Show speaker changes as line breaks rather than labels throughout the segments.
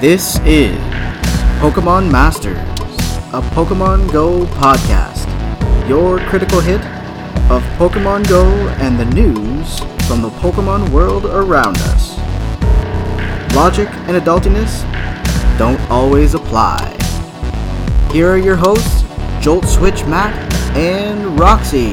This is Pokemon Masters, a Pokemon Go podcast, your critical hit of Pokemon Go and the news from the Pokemon world around us. Logic and adultiness don't always apply. Here are your hosts, Jolt Switch Matt and Roxy.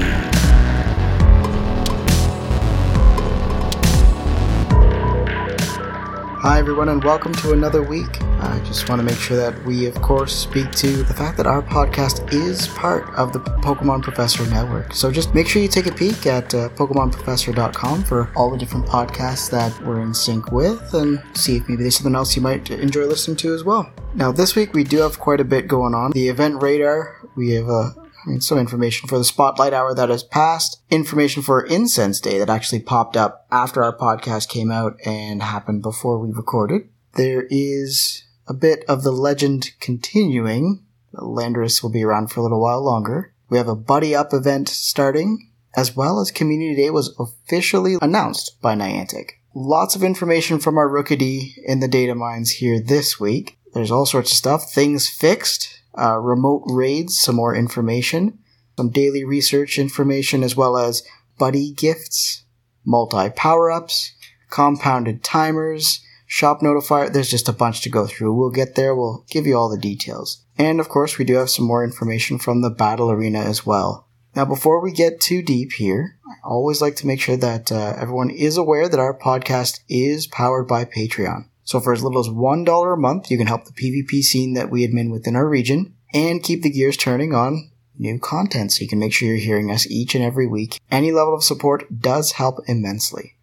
Hi, everyone, and welcome to another week. I just want to make sure that we, of course, speak to the fact that our podcast is part of the Pokemon Professor Network. So just make sure you take a peek at uh, PokemonProfessor.com for all the different podcasts that we're in sync with and see if maybe there's something else you might enjoy listening to as well. Now, this week we do have quite a bit going on. The event radar, we have a I mean, some information for the spotlight hour that has passed, information for Incense Day that actually popped up after our podcast came out and happened before we recorded. There is a bit of the legend continuing. Landorus will be around for a little while longer. We have a buddy up event starting, as well as Community Day was officially announced by Niantic. Lots of information from our Rookidee in the data mines here this week. There's all sorts of stuff. Things fixed uh, remote raids, some more information, some daily research information, as well as buddy gifts, multi power ups, compounded timers, shop notifier. There's just a bunch to go through. We'll get there. We'll give you all the details. And of course, we do have some more information from the battle arena as well. Now, before we get too deep here, I always like to make sure that uh, everyone is aware that our podcast is powered by Patreon. So for as little as $1 a month, you can help the PvP scene that we admin within our region and keep the gears turning on new content so you can make sure you're hearing us each and every week. Any level of support does help immensely.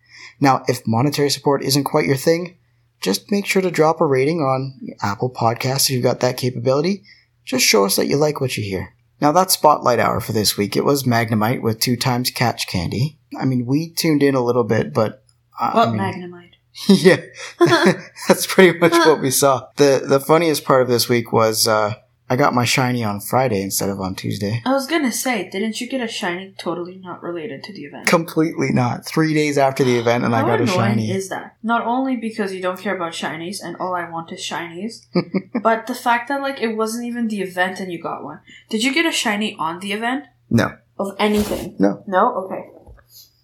Now, if monetary support isn't quite your thing, just make sure to drop a rating on Apple Podcasts if you've got that capability. Just show us that you like what you hear. Now that's spotlight hour for this week. It was Magnemite with two times catch candy. I mean, we tuned in a little bit, but uh, I
What
mean-
Magnemite?
yeah, that's pretty much what we saw. the The funniest part of this week was uh, I got my shiny on Friday instead of on Tuesday.
I was gonna say, didn't you get a shiny totally not related to the event?
Completely not. Three days after the event, and I
How
got a
annoying
shiny.
is that? Not only because you don't care about shinies and all I want is shinies, but the fact that like it wasn't even the event and you got one. Did you get a shiny on the event
no,
of anything?
No.
No. Okay.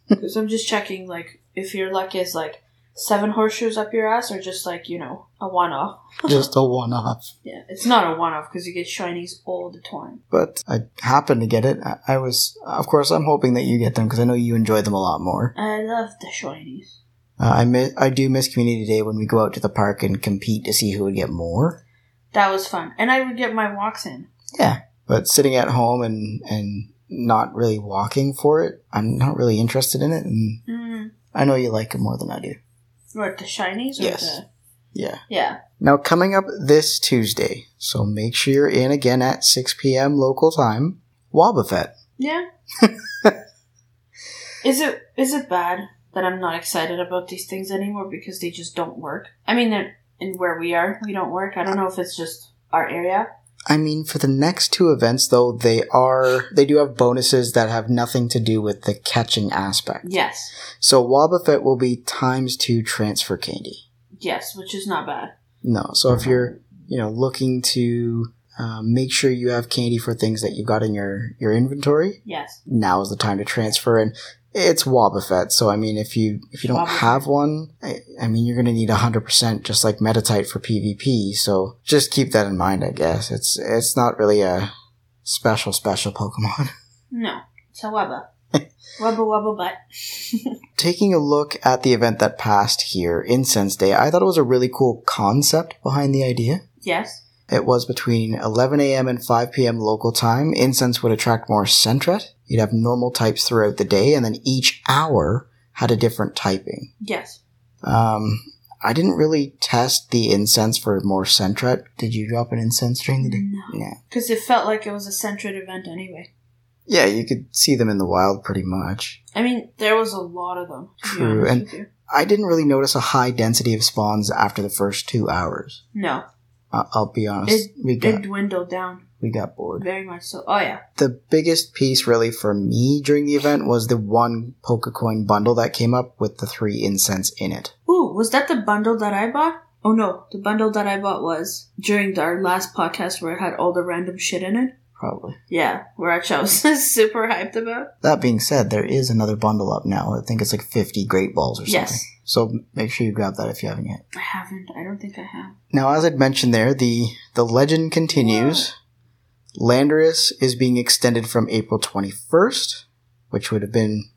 Because I'm just checking, like, if your luck is like seven horseshoes up your ass, or just like you know a one-off.
just a one off.
Yeah, it's not a one-off because you get shinies all the time.
But I happened to get it. I, I was, of course, I'm hoping that you get them because I know you enjoy them a lot more.
I love the shinies.
Uh, I miss, I do miss community day when we go out to the park and compete to see who would get more.
That was fun, and I would get my walks in.
But sitting at home and and not really walking for it, I'm not really interested in it. And
Mm.
I know you like it more than I do.
What the shinies? Or
Yes.
The,
Yeah.
yeah.
Now, coming up this Tuesday, so make sure you're in again at 6 p.m. local time, Wobbuffet.
Yeah. is it is it bad that I'm not excited about these things anymore because they just don't work? I mean, they're- in where we are, we don't work. I don't know if it's just our area.
I mean, for the next two events, though, they are, they do have bonuses that have nothing to do with the catching aspect.
Yes.
So Wobbuffet will be times two transfer candy.
Yes, which is not bad.
No, so if you're, you know, looking to um, make sure you have candy for things that you've got in your, your inventory,
Yes.
now is the time to transfer and it's Wobbuffet, so I mean, if you if you don't
Wobbuffet.
have one, I, I mean, you're gonna need hundred percent, just like Metatite for PvP. So just keep that in mind, I guess. It's it's not really a special special Pokemon.
No. It's a wubba. wubba wubba butt.
Taking a look at the event that passed here, Incense Day, I thought it was a really cool concept behind the idea.
yes.
It was between 11 a.m. and 5 p.m. local time. Incense would attract more Sentret. You'd have normal types throughout the day, and then each hour had a different typing.
Yes.
Um, I didn't really test the incense for more Sentret. Did you drop an incense during the day?
No.
Yeah.
Because it felt like it was a centered event anyway.
Yeah, you could see them in the wild pretty much.
I mean, there was a lot of them. to be
True,
honest
and-
with you.
I didn't really notice a high density of spawns after the first two hours.
no,
I- I'll be honest. we got
it dwindled down
we got bored.
very much. So, oh yeah,
the biggest piece really for me during the event was the one Pokecoin bundle that came up with the three incense in it.
Ooh, was that the bundle that I bought? Oh no, the bundle that I bought was during our last podcast where it had all the random shit in it.
Probably.
Yeah, which I was super hyped about.
That being said, there is another bundle up now. I think it's like 50 Great Balls or something.
Yes.
So make sure you grab that if you haven't yet.
I haven't. I don't think I have.
Now, as I'd mentioned there, the, the legend continues. Landorus is being extended from April 21st, which would have been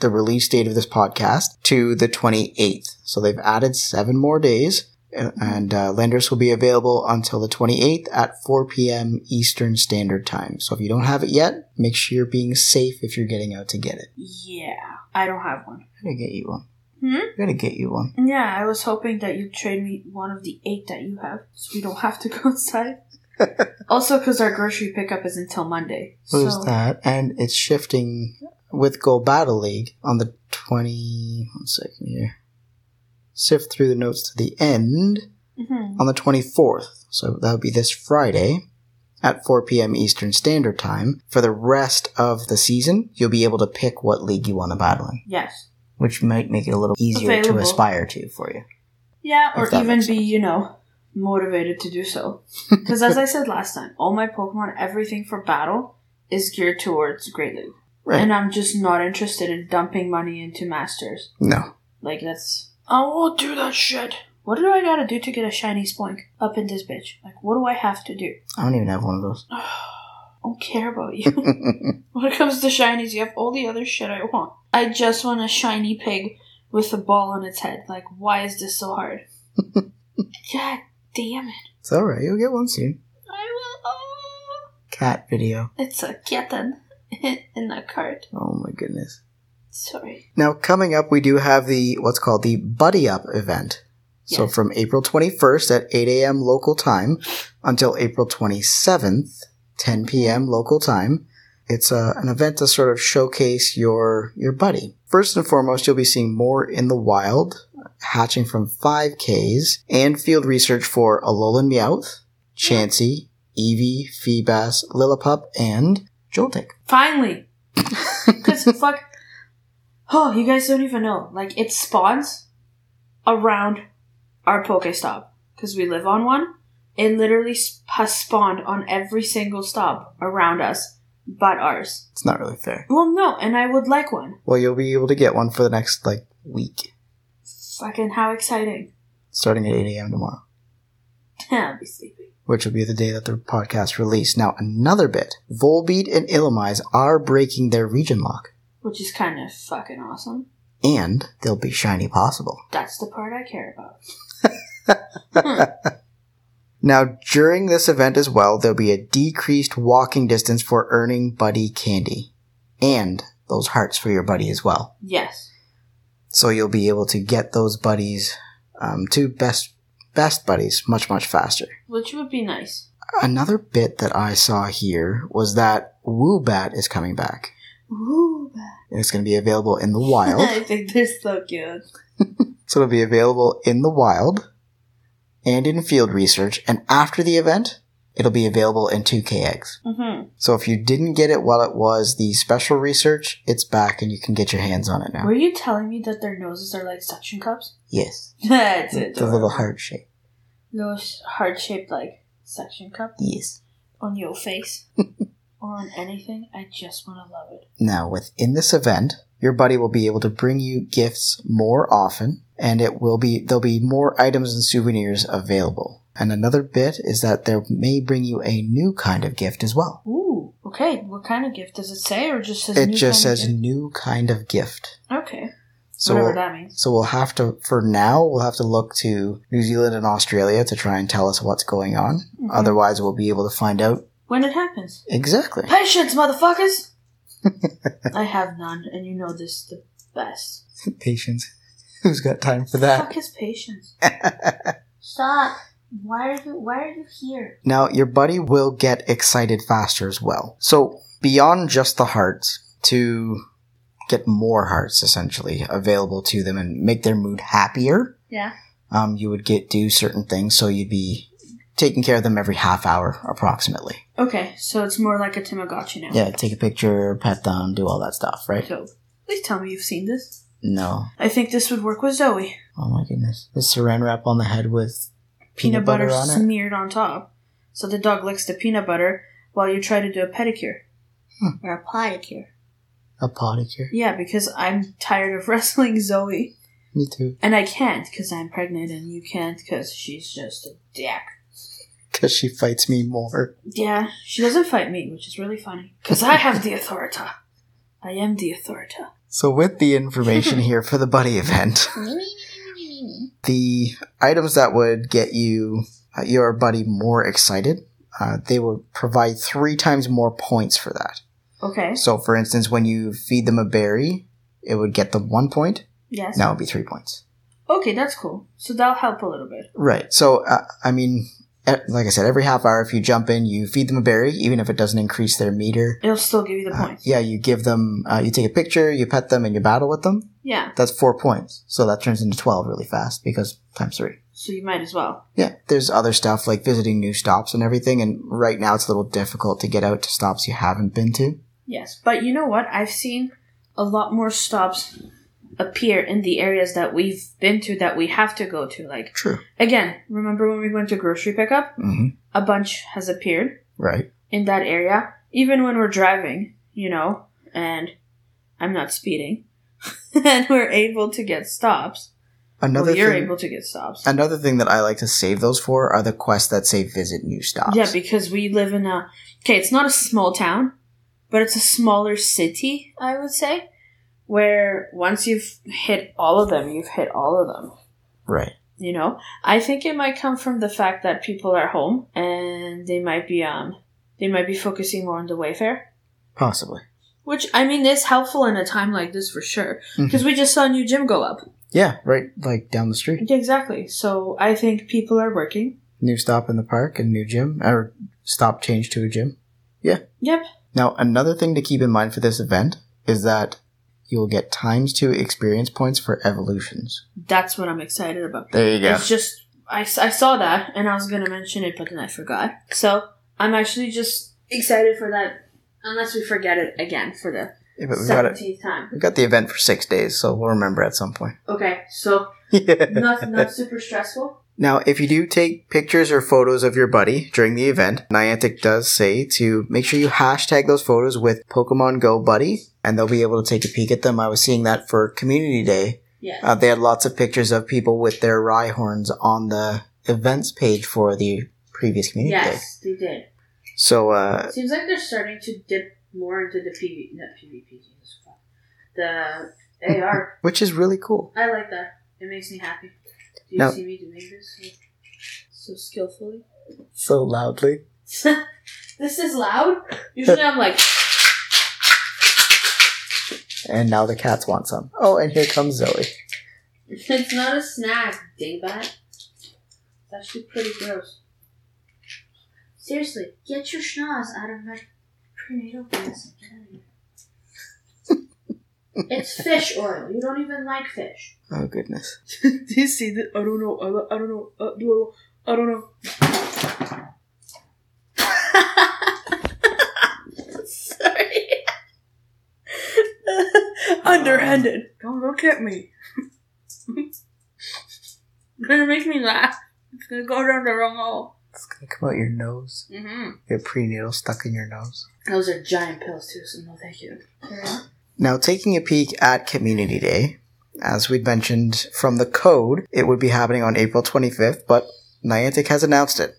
the release date of this podcast, to the 28th. So they've added seven more days, and- and uh, Landorus will be available until the 28th at 4 p.m. Eastern Standard Time. So if you don't have it yet, make sure you're being safe if you're getting out to get it.
Yeah, I don't have one.
I'm gonna get you one.
Hmm?
I'm gonna get you one.
Yeah, I was hoping that you'd trade me one of the eight that you have, so we don't have to go outside. also, because our grocery pickup is until Monday.
Who's
so
that? And it's shifting with Gold Battle League on the 20. One second here. Sift through the notes to the end
Mhm.
on the 24th. So that would be this Friday at 4 p.m. Eastern Standard Time. For the rest of the season, you'll be able to pick what league you want to battle in,
Yes.
which might make it a little easier to
Available.
aspire to for you.
Yeah, or
If that
even
makes
be, you know, motivated to do so. Because as I said last time, all my Pokemon, everything for battle is geared towards Great League.
Right.
And I'm just not interested in dumping money into Masters.
No.
Like, that's. I won't do that shit! What do I gotta do to get a shiny Spoink up in this bitch? Like, what do I have to do?
I don't even have one of those.
I don't care about you. When it comes to shinies, you have all the other shit I want. I just want a shiny pig with a ball on its head. Like, why is this so hard? God damn it.
it's alright, you'll get one soon.
I will. Oh,
Cat video.
it's a kitten in a cart.
Oh my goodness.
Sorry.
Now, coming up, we do have the what's called the Buddy Up event. So
Yes.
from April 21st at 8 a.m. local time until April 27th, 10 p.m. local time, it's uh an event to sort of showcase your your buddy. First and foremost, you'll be seeing more in the wild, hatching from 5Ks, and field research for Alolan Meowth, Chansey, Eevee, Feebas, Lillipup, and Joltik.
Finally! Because fuck. Oh, you guys don't even know. Like, it spawns around our Pokestop. Because we live on one. It literally sp- has spawned on every single stop around us but ours.
It's not really fair.
Well, no, and I would like one.
Well, you'll be able to get one for the next like week,
Fucking how exciting.
starting at 8 a.m. tomorrow,
I'll be sleeping.
which will be the day that the podcast released. Now, another bit Volbeat and Illumise are breaking their region lock,
Which is kind of fucking awesome.
and they'll be shiny possible.
That's the part I care about.
Now, during this event as well, there'll be a decreased walking distance for earning buddy candy and those hearts for your buddy as well.
Yes.
So you'll be able to get those buddies um, to best best buddies much much faster.
Which would be nice.
Another bit that I saw here was that Woobat is coming back.
Ooh,
And It's going to be available in the wild.
I think they're so cute.
so it'll be available in the wild and in field research. And after the event, it'll be available in 2K eggs.
Mm-hmm.
So if you didn't get it while it was the special research, it's back and you can get your hands on it now.
Were you telling me that their noses are like suction cups?
Yes.
That's
The
it.
little heart shape.
Those heart shaped like suction cup
Yes.
on your face or on anything. I just want to love it.
Now, within this event, your buddy will be able to bring you gifts more often, and it will be there'll be more items and souvenirs available. And another bit is that there may bring you a new kind of gift as well.
Ooh. Okay, what kind of gift does it say or just says
It
new
just
kind of
says
gift?
new kind of gift.
Okay.
So
Whatever
we'll,
that means.
so we'll have to for now we'll have to look to New Zealand and Australia to try and tell us what's going on.
Mhm.
Otherwise, we'll be able to find out
When it happens.
exactly.
Patience, motherfuckers! I have none, and you know this the best.
Patience. Who's got time for
Fuck
that?
his patience. Stop. Why are you why are you here?
Now, your buddy will get excited faster as well. So, beyond just the hearts, to get more hearts essentially available to them and make their mood happier,
Yeah.
um, you would get do certain things. So, you'd be taking care of them every half hour approximately.
Okay, so it's more like a Tamagotchi now.
Yeah, take a picture, pet them, do all that stuff, right?
So please tell me you've seen this.
No.
I think this would work with Zoe.
Oh my goodness. The saran wrap on the head with peanut,
Peanut, butter,
on it.
smeared on top. So the dog licks the peanut butter while you try to do a pedicure.
Hmm.
Or a pedicure.
A pedicure.
Yeah, because I'm tired of wrestling Zoe.
Me too.
And I can't because I'm pregnant and you can't because she's just a dick.
Because she fights me more.
Yeah, she doesn't fight me, which is really funny. Because I have the authority. I am the authority.
So, with the information here for the buddy event, the items that would get you uh, your buddy more excited, uh, they would provide three times more points for that.
Okay.
So, for instance, when you feed them a berry, it would get them one point.
Yes.
Now it would be three points.
Okay, that's cool. So that'll help a little bit.
Right. So, uh, I mean, e- like I said, every half hour, if you jump in, you feed them a berry, even if it doesn't increase their meter.
It'll still give you the
Uh,
points.
yeah, you give them, uh, you take a picture, you pet them, and you battle with them.
Yeah.
That's four points. So that turns into 12 really fast because times three.
So you might as well.
Yeah, there's other stuff like visiting new stops and everything, and right now it's a little difficult to get out to stops you haven't been to.
Yes. But you know what? I've seen a lot more stops appear in the areas that we've been to that we have to go to. Like,
True.
again, remember when we went to grocery pickup?
hmm
A bunch has appeared.
Right.
in that area, even when we're driving, you know, and I'm not speeding, and we're able to get stops.
Another
well, you're
thing.
able to get stops.
another thing that I like to save those for are the quests that say visit new stops.
Yeah, because we live in a. Okay, it's not a small town, but it's a smaller city, I would say, where once you've hit all of them, you've hit all of them.
right.
You know, I think it might come from the fact that people are home and they might be um they might be focusing more on the Wayfair.
Possibly.
Which I mean is helpful in a time like this for sure,
Mhm.
because we just saw a new gym go up.
Yeah, right. Like down the street.
Yeah, exactly. So I think people are working.
New stop in the park and new gym, or stop change to a gym.
Yep.
Now, another thing to keep in mind for this event is that you'll get times two experience points for evolutions.
That's what I'm excited about.
There you
It's just I, s- I saw that and I was gonna mention it, but then I forgot. So I'm actually just excited for that. Unless we forget it again for the
Yeah, but we've got it.
seventeenth time.
We've got the event for six days, so we'll remember at some point.
Okay, so not not super stressful.
now, if you do take pictures or photos of your buddy during the event, Niantic does say to make sure you hashtag those photos with Pokemon Go Buddy, and they'll be able to take a peek at them. I was seeing that for Community Day.
Yeah.
Uh, they had lots of pictures of people with their Rhyhorns on the events page for the previous Community Day.
yes, they did.
So, uh,
Seems like they're starting to dip more into the PV, not PvP, Jesus Christ. The AR.
which is really cool.
I like that. It makes me happy. Do you
No.
see me doing this so, so skillfully?
So loudly.
this is loud. Usually I'm like,
And now the cats want some. Oh, and here comes Zoe.
it's not a snack, dingbat. It's actually pretty gross. Seriously, get your schnoz out of my prenatal medicine. Get out of here. it's fish oil. You don't even like fish.
Oh, goodness.
Do you see that? I don't know. I, don't- I don't know. Uh, do I, I don't know. Sorry. Underhanded. Uh, Don't look at me. You're gonna make me laugh. It's gonna go down the wrong hole.
It's gonna come out your nose.
Mm-hmm.
Your prenatal stuck in your nose.
Those are giant pills too, so no thank you.
Now, taking a peek at Community Day, as we'd mentioned from the code, it would be happening on April 25th, but Niantic has announced it.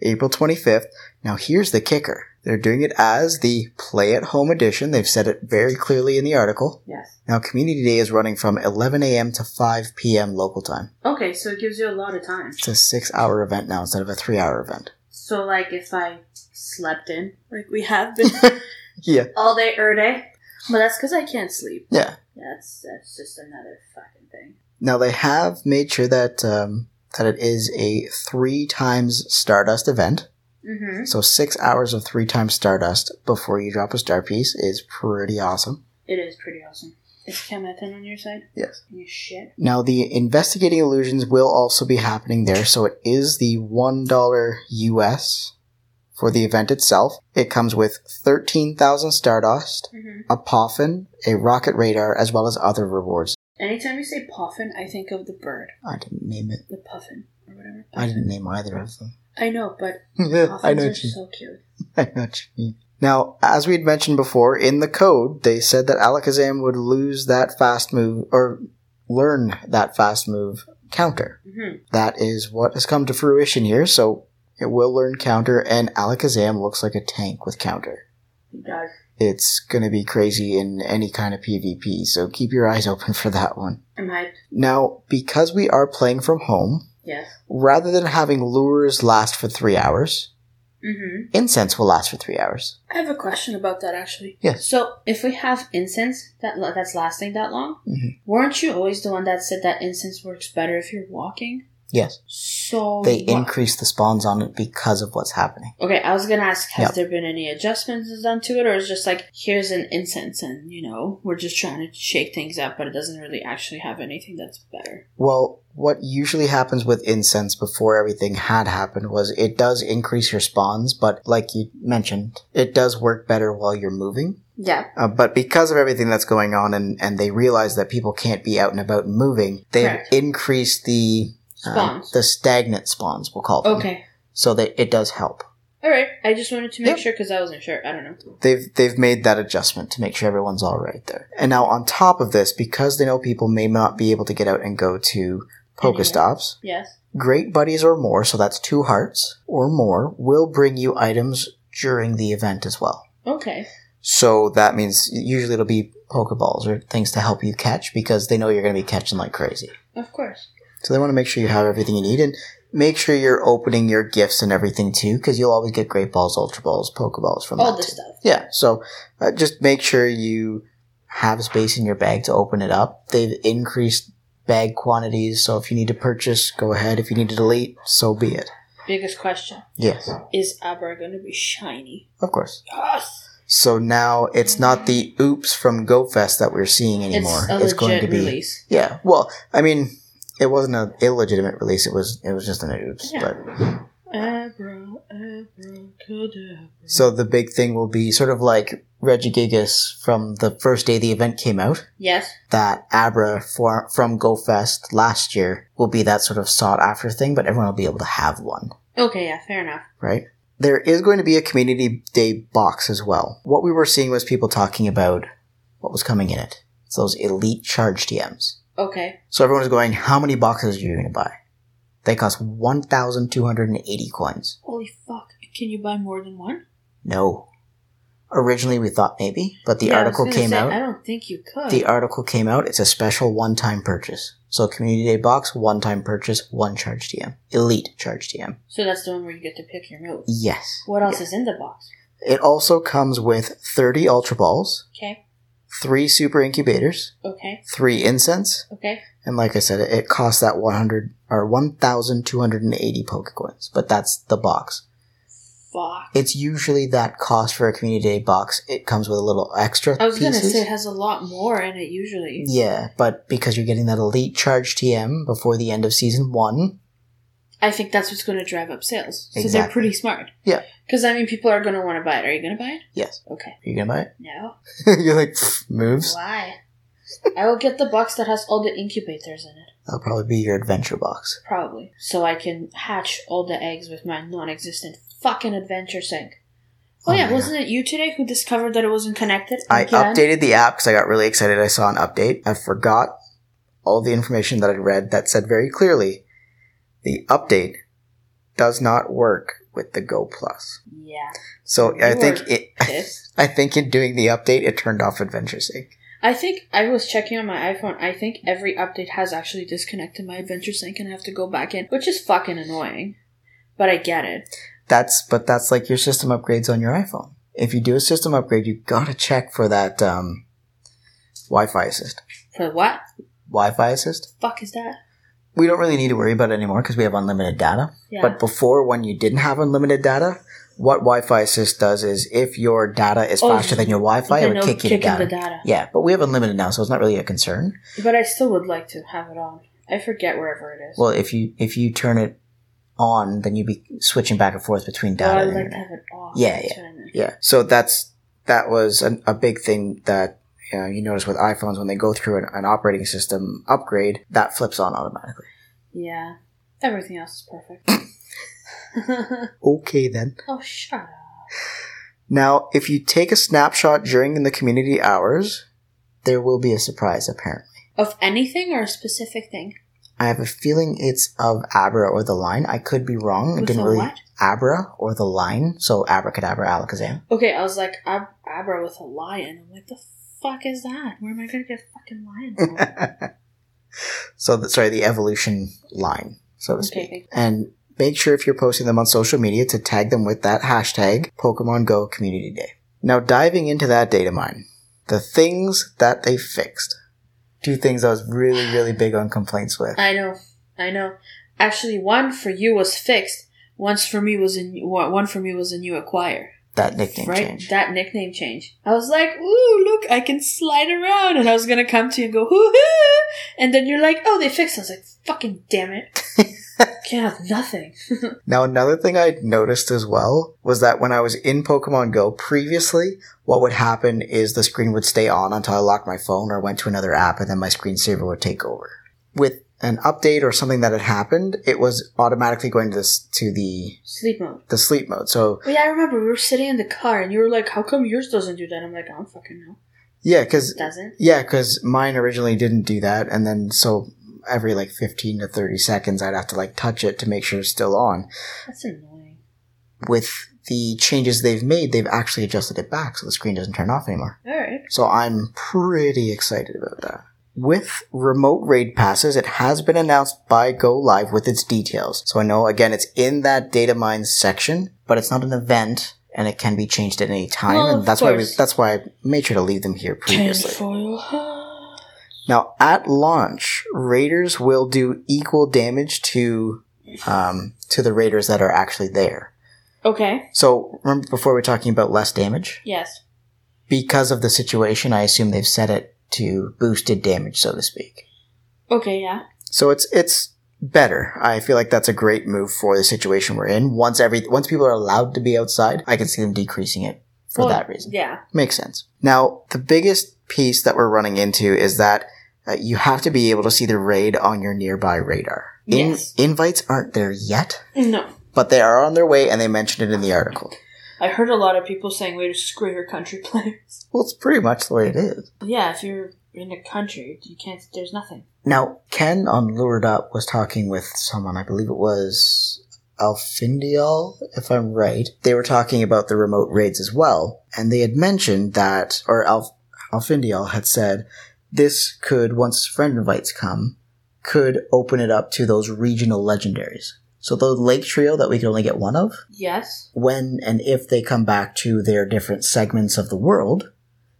April 25th. Now, here's the kicker. They're doing it as the Play at Home edition. They've said it very clearly in the article.
Yes.
Now, Community Day is running from 11 a.m. to 5 p.m. local time.
Okay, so it gives you a lot of time.
It's a six hour event now instead of a three hour event.
So, like, if I slept in, like we have been
Yeah.
all day, er day. But that's because I can't sleep.
Yeah.
That's that's just another fucking thing.
Now they have made sure that um, that it is a three times Stardust event.
Mm-hmm.
So six hours of three times Stardust before you drop a star piece is pretty awesome.
It is pretty awesome. Is Camethan on your side?
Yes.
You shit.
Now the investigating illusions will also be happening there. So it is the one dollar US for the event itself. It comes with thirteen thousand Stardust,
Mm-hmm.
a Poffin, a rocket radar, as well as other rewards.
Anytime you say puffin, I think of the bird,
I didn't name it.
the puffin or whatever.
I didn't name either of them.
I know, but
I
puffins
know
are
what you.
so cute.
I know what you mean. Now, as we had mentioned before, in the code they said that Alakazam would lose that fast move or learn that fast move counter.
hmm
That is what has come to fruition here. So it will learn counter, and Alakazam looks like a tank with counter.
God.
It's going to be crazy in any kind of PvP, so keep your eyes open for that one.
I'm hyped.
Now, because we are playing from home,
Yes.
rather than having lures last for three hours,
Mm-hmm.
incense will last for three hours.
I have a question about that actually.
Yes.
So if we have incense that la- that's lasting that long,
Mhm.
weren't you always the one that said that incense works better if you're walking?
Yes.
So
They
wha-
increase the spawns on it because of what's happening.
Okay, I was gonna ask, has
Yep.
there been any adjustments done to it, or is just like here's an incense, and you know we're just trying to shake things up, but it doesn't really actually have anything that's better.
Well, what usually happens with incense before everything had happened was it does increase your spawns, but like you mentioned, it does work better while you're moving.
Yeah.
Uh, but because of everything that's going on and, and they realize that people can't be out and about moving, they've
Correct.
increased the uh,
Spawns.
the stagnant spawns, we'll call them.
okay.
So that it does help.
All right. I just wanted to make
Yep.
sure because I wasn't sure. I don't know.
They've they've made that adjustment to make sure everyone's all right there. And now on top of this, because they know people may not be able to get out and go to
Anywhere.
Pokestops,
Yes.
great buddies or more, so that's two hearts or more, will bring you items during the event as well.
Okay.
So that means usually it'll be Pokeballs or things to help you catch because they know you're going to be catching like crazy.
Of course.
So they want to make sure you have everything you need and make sure you're opening your gifts and everything too because you'll always get Great Balls, Ultra Balls, Pokeballs from
All
that
this
too.
stuff.
Yeah, so uh, just make sure you have space in your bag to open it up. They've increased bag quantities, so if you need to purchase, go ahead. If you need to delete, so be it.
Biggest question
Yes,
is Abra gonna be shiny?
of course.
Yes.
So now it's not the oops from GoFest that we're seeing anymore.
It's a legit release.
Yeah. Well, I mean, it wasn't an illegitimate release. It was it was just an oops.
Yeah.
But
Abra, Abra, Kadabra.
so the big thing will be sort of like Reggie Gigas from the first day the event came out.
Yes.
That Abra for, from GoFest last year will be that sort of sought after thing, but everyone will be able to have one,
Okay. Yeah. Fair enough.
right? There is going to be a community day box as well. What we were seeing was people talking about what was coming in it. It's those elite charge DMs.
Okay.
So everyone is going, how many boxes are you going to buy? They cost 1,280 coins.
Holy fuck! Can you buy more than one?
No. Originally we thought maybe, but the
Yeah, I was
article
gonna
came
say, I
out.
don't think you could.
The article came out. It's a special one-time purchase. So community day box, one-time purchase, one charge DM. Elite charge DM.
so that's the one where you get to pick your move.
Yes.
What else is in the box?
It also comes with 30 ultra balls,
Okay,
3 super incubators,
okay,
3 incense,
okay.
and like I said, it, it costs that 100 or 1,280 Pokecoins, but that's the box.
Fuck.
it's usually that cost for a community day box. It comes with a little extra
I was gonna
pieces.
say it has a lot more in it usually.
yeah, but because you're getting that elite charge TM before the end of season one,
I think that's what's gonna drive up sales. So they're
Exactly.
pretty smart.
Yeah.
Because I mean, people are gonna want to buy it. Are you gonna buy it?
yes,
Okay.
are you gonna buy it?
No.
you're like "Pfft, moves.
Why? I will get the box that has all the incubators in it,
That'll probably be your adventure box.
probably, so I can hatch all the eggs with my non-existent fucking adventure sink. Oh,
Oh
yeah,
my
wasn't it you today who discovered that it wasn't connected?
I
Again?
updated the app because I got really excited. I saw an update. I forgot all the information that I'd read that said very clearly the update does not work with the Go Plus.
Yeah.
So I
You
think
were
it.
pissed.
I think in doing the update, it turned off Adventure Sync.
I think I was checking on my iPhone. I think every update has actually disconnected my Adventure Sync and I have to go back in, which is fucking annoying. But I get it.
That's but that's like your system upgrades on your iPhone. If you do a system upgrade, you gotta check for that um, Wi-Fi assist.
For what
Wi-Fi assist.
fuck is that?
We don't really need to worry about it anymore because we have unlimited data.
Yeah.
But before, when you didn't have unlimited data, what Wi-Fi assist does is if your data is
Oh,
faster than your Wi-Fi,
Then
it would
it'll
kick you
in
down.
the data.
Yeah, but we have unlimited now, so it's not really a concern.
But I still would like to have it on. I forget wherever it is.
Well, if you if you turn it on, then you'd be switching back and forth between
Well,
data
I
and
would like
internet.
to have it off.
Yeah,
That's what I meant.
Yeah. So that's that was an, a big thing that Uh, you notice with iPhones, when they go through an, an operating system upgrade, that flips on automatically.
Yeah. Everything else is perfect.
Okay, then.
oh, shut up.
Now, if you take a snapshot during the community hours, there will be a surprise, apparently.
Of anything or a specific thing?
I have a feeling it's of Abra or the line. I could be wrong. It
With
didn't
a
really.
what?
Abra or the line. So Abracadabra, Alakazam.
Okay, I was like, Ab- Abra with a lion. I'm like, the fuck is that? Where am I gonna get a fucking lion from?
so, the, sorry, the evolution line, so to speak.
okay, thank-
And make sure if you're posting them on social media to tag them with that hashtag Pokemon Go Community Day. Now, diving into that data mine, the things that they fixed. Two things I was really, really big on complaints with.
I know, I know. Actually, one for you was fixed. Once for me was in one for me was a new acquire.
That nickname
right?
change.
That nickname change. I was like, ooh, look, I can slide around, and I was gonna come to you and go, hoo hoo, and then you're like, oh, they fixed. it. I was like, fucking damn it, can't have nothing.
Now, another thing I noticed as well was that when I was in Pokemon Go previously, what would happen is the screen would stay on until I locked my phone or went to another app, and then my screensaver would take over. With an update or something that had happened, it was automatically going to this to the
Sleep mode.
the sleep mode. So
But yeah, I remember we were sitting in the car, and you were like, how come yours doesn't do that? I'm like, I don't fucking know.
yeah, because
It doesn't.
yeah, 'cause mine originally didn't do that, and then so every like fifteen to thirty seconds, I'd have to like touch it to make sure it's still on.
That's annoying.
With the changes they've made, they've actually adjusted it back so the screen doesn't turn off anymore.
All right.
So I'm pretty excited about that. With remote raid passes, it has been announced by Go Live with its details. So I know, again, it's in that data mine section, but it's not an event and it can be changed at any time.
Well,
and
of
that's why, we,
course.
that's why I made sure to leave them here previously.
Tinfoil.
Now, at launch, raiders will do equal damage to, um, to the raiders that are actually there.
okay.
So remember before we were talking about less damage?
Yes.
because of the situation, I assume they've set it to boosted damage, so to speak.
Okay. Yeah.
So it's it's better. I feel like that's a great move for the situation we're in. Once every once people are allowed to be outside, I can see them decreasing it for
Well,
that reason.
Yeah.
Makes sense. Now, the biggest piece that we're running into is that uh, you have to be able to see the raid on your nearby radar. In-
Yes.
Invites aren't there yet,
No.
but they are on their way, and they mentioned it in the article.
I heard a lot of people saying, "Way to screw your country players."
Well, it's pretty much the way it is.
But yeah, if you're in a country, you can't. There's nothing.
Now, Ken on Lured Up was talking with someone, I believe it was Alfindial, if I'm right. They were talking about the remote raids as well, and they had mentioned that, or Alf- Alfindial had said, this could, once friend invites come, could open it up to those regional legendaries. So the Lake Trio that we could only get one of,
Yes.
when and if they come back to their different segments of the world,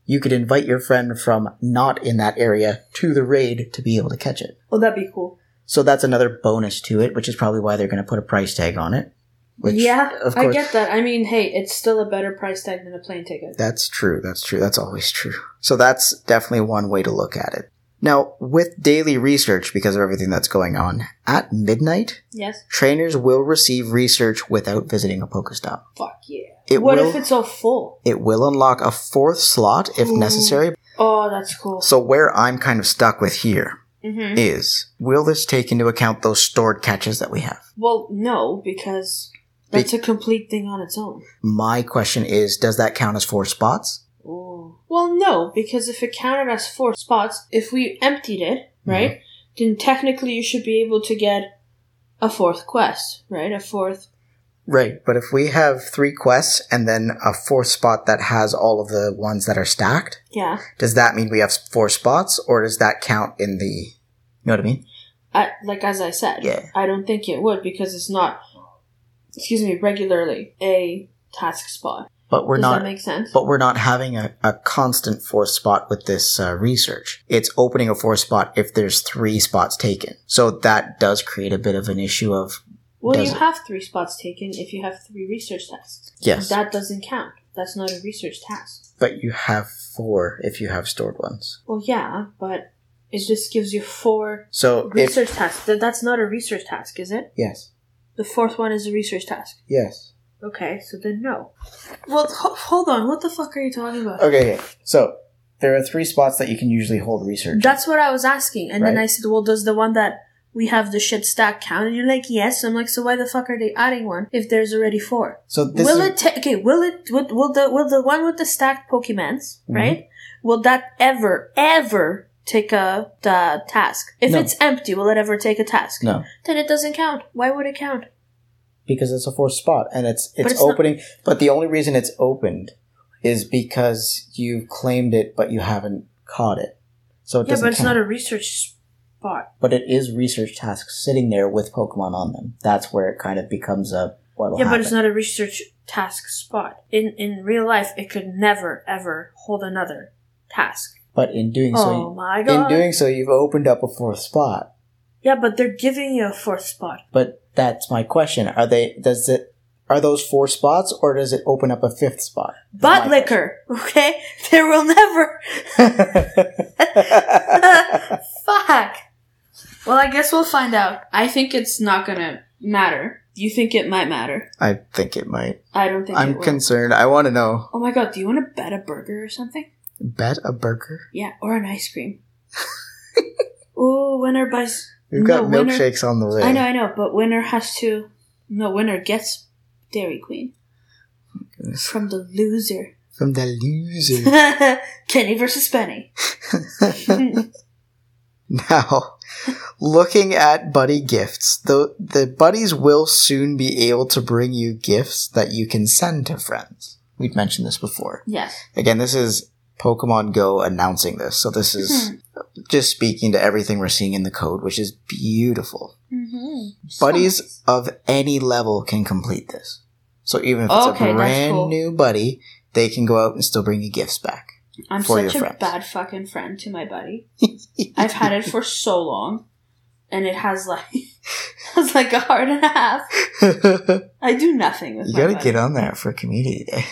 you could invite your friend from not in that area to the raid to be able to catch it.
Well, that'd be cool.
So that's another bonus to it, which is probably why they're going to put a price tag on it. Which,
yeah,
of
I
course,
get that. I mean, hey, it's still a better price tag than a plane ticket.
That's true. That's true. That's always true. So that's definitely one way to look at it. Now, with daily research, because of everything that's going on, at midnight,
Yes.
trainers will receive research without visiting a Pokestop.
Fuck yeah.
It
what
will,
if it's all full?
It will unlock a fourth slot if
Ooh.
necessary.
Oh, that's cool.
So where I'm kind of stuck with here
hmm
is, will this take into account those stored catches that we have?
Well, no, because that's a complete thing on its own.
My question is, does that count as four spots?
Oh. Well, no, because if it counted as four spots, if we emptied it,
Mm-hmm.
right, then technically you should be able to get a fourth quest, right? A fourth.
Right, but if we have three quests and then a fourth spot that has all of the ones that are stacked,
Yeah.
does that mean we have four spots or does that count in the, you know what I mean?
I, like as I said,
Yeah.
I don't think it would because it's not, excuse me, regularly a task spot.
But we're
Does
not,
that make sense?
but we're not having a, a constant fourth spot with this uh, research. It's opening a fourth spot if there's three spots taken. So that does create a bit of an issue of,
well, you
does it?
have three spots taken if you have three research tasks.
Yes.
That doesn't count. That's not a research task.
but you have four if you have stored ones.
Well, yeah, but it just gives you four
So if,
research tasks. Th- That's not a research task, is it?
yes,
The fourth one is a research task.
yes.
Okay, so then no. Well, ho- hold on. What the fuck are you talking about?
Okay, so There are three spots that you can usually hold research.
That's what I was asking. And then
Right.
I said, well, does the one that we have the shit stack count? And you're like, yes. I'm like, so why the fuck are they adding one if there's already four?
so this
will
is,
it ta- okay? Will it will, will the will the one with the stacked Pokemons
Mhm.
right? Will that ever ever take a the task? If
No.
it's empty, will it ever take a task?
no
Then it doesn't count. Why would it count?
because it's a fourth spot and it's
But
it's,
it's not-
opening. but the only reason it's opened is because you claimed it, but you haven't caught it. So it
yeah,
doesn't
but it's
count.
not a research spot.
but it is research tasks sitting there with Pokemon on them. That's where it kind of becomes a what will
yeah,
happen.
but it's not a research task spot. In in real life, it could never ever hold another task.
But in doing so,
oh my
in
god!
doing so, you've opened up a fourth spot.
yeah, but they're giving you a fourth spot.
But that's my question: Are they? Does it? Are those four spots, or does it open up a fifth spot? That's
Butt
my
liquor, okay? There will never
question.
Fuck. Well, I guess we'll find out. I think it's not gonna matter. You think it might matter?
I think it might.
I don't think it
I'm
will.
concerned. I want to know.
oh my god, do you want to bet a burger or something?
Bet a burger.
Yeah, or an ice cream. Ooh, winner buys.
We've got
No, winner-
milkshakes on the way.
I know, I know, but winner has to. No, winner gets Dairy Queen from the loser.
From the loser.
Kenny versus Benny.
Now, looking at buddy gifts, the the buddies will soon be able to bring you gifts that you can send to friends. We've mentioned this before.
yes.
Again, this is Pokemon Go announcing this, so this is
Hmm.
just speaking to everything we're seeing in the code, which is beautiful.
Mm-hmm.
Buddies of any level can complete this. So even if it's
Okay,
a
that's
brand
cool.
new buddy, they can go out and still bring you gifts back.
I'm
for your
such a
friends.
bad fucking friend to my buddy. I've had it for so long, and it has like has like a heart and a half.
you
I do nothing with.
gotta
my
get on that for Community Day.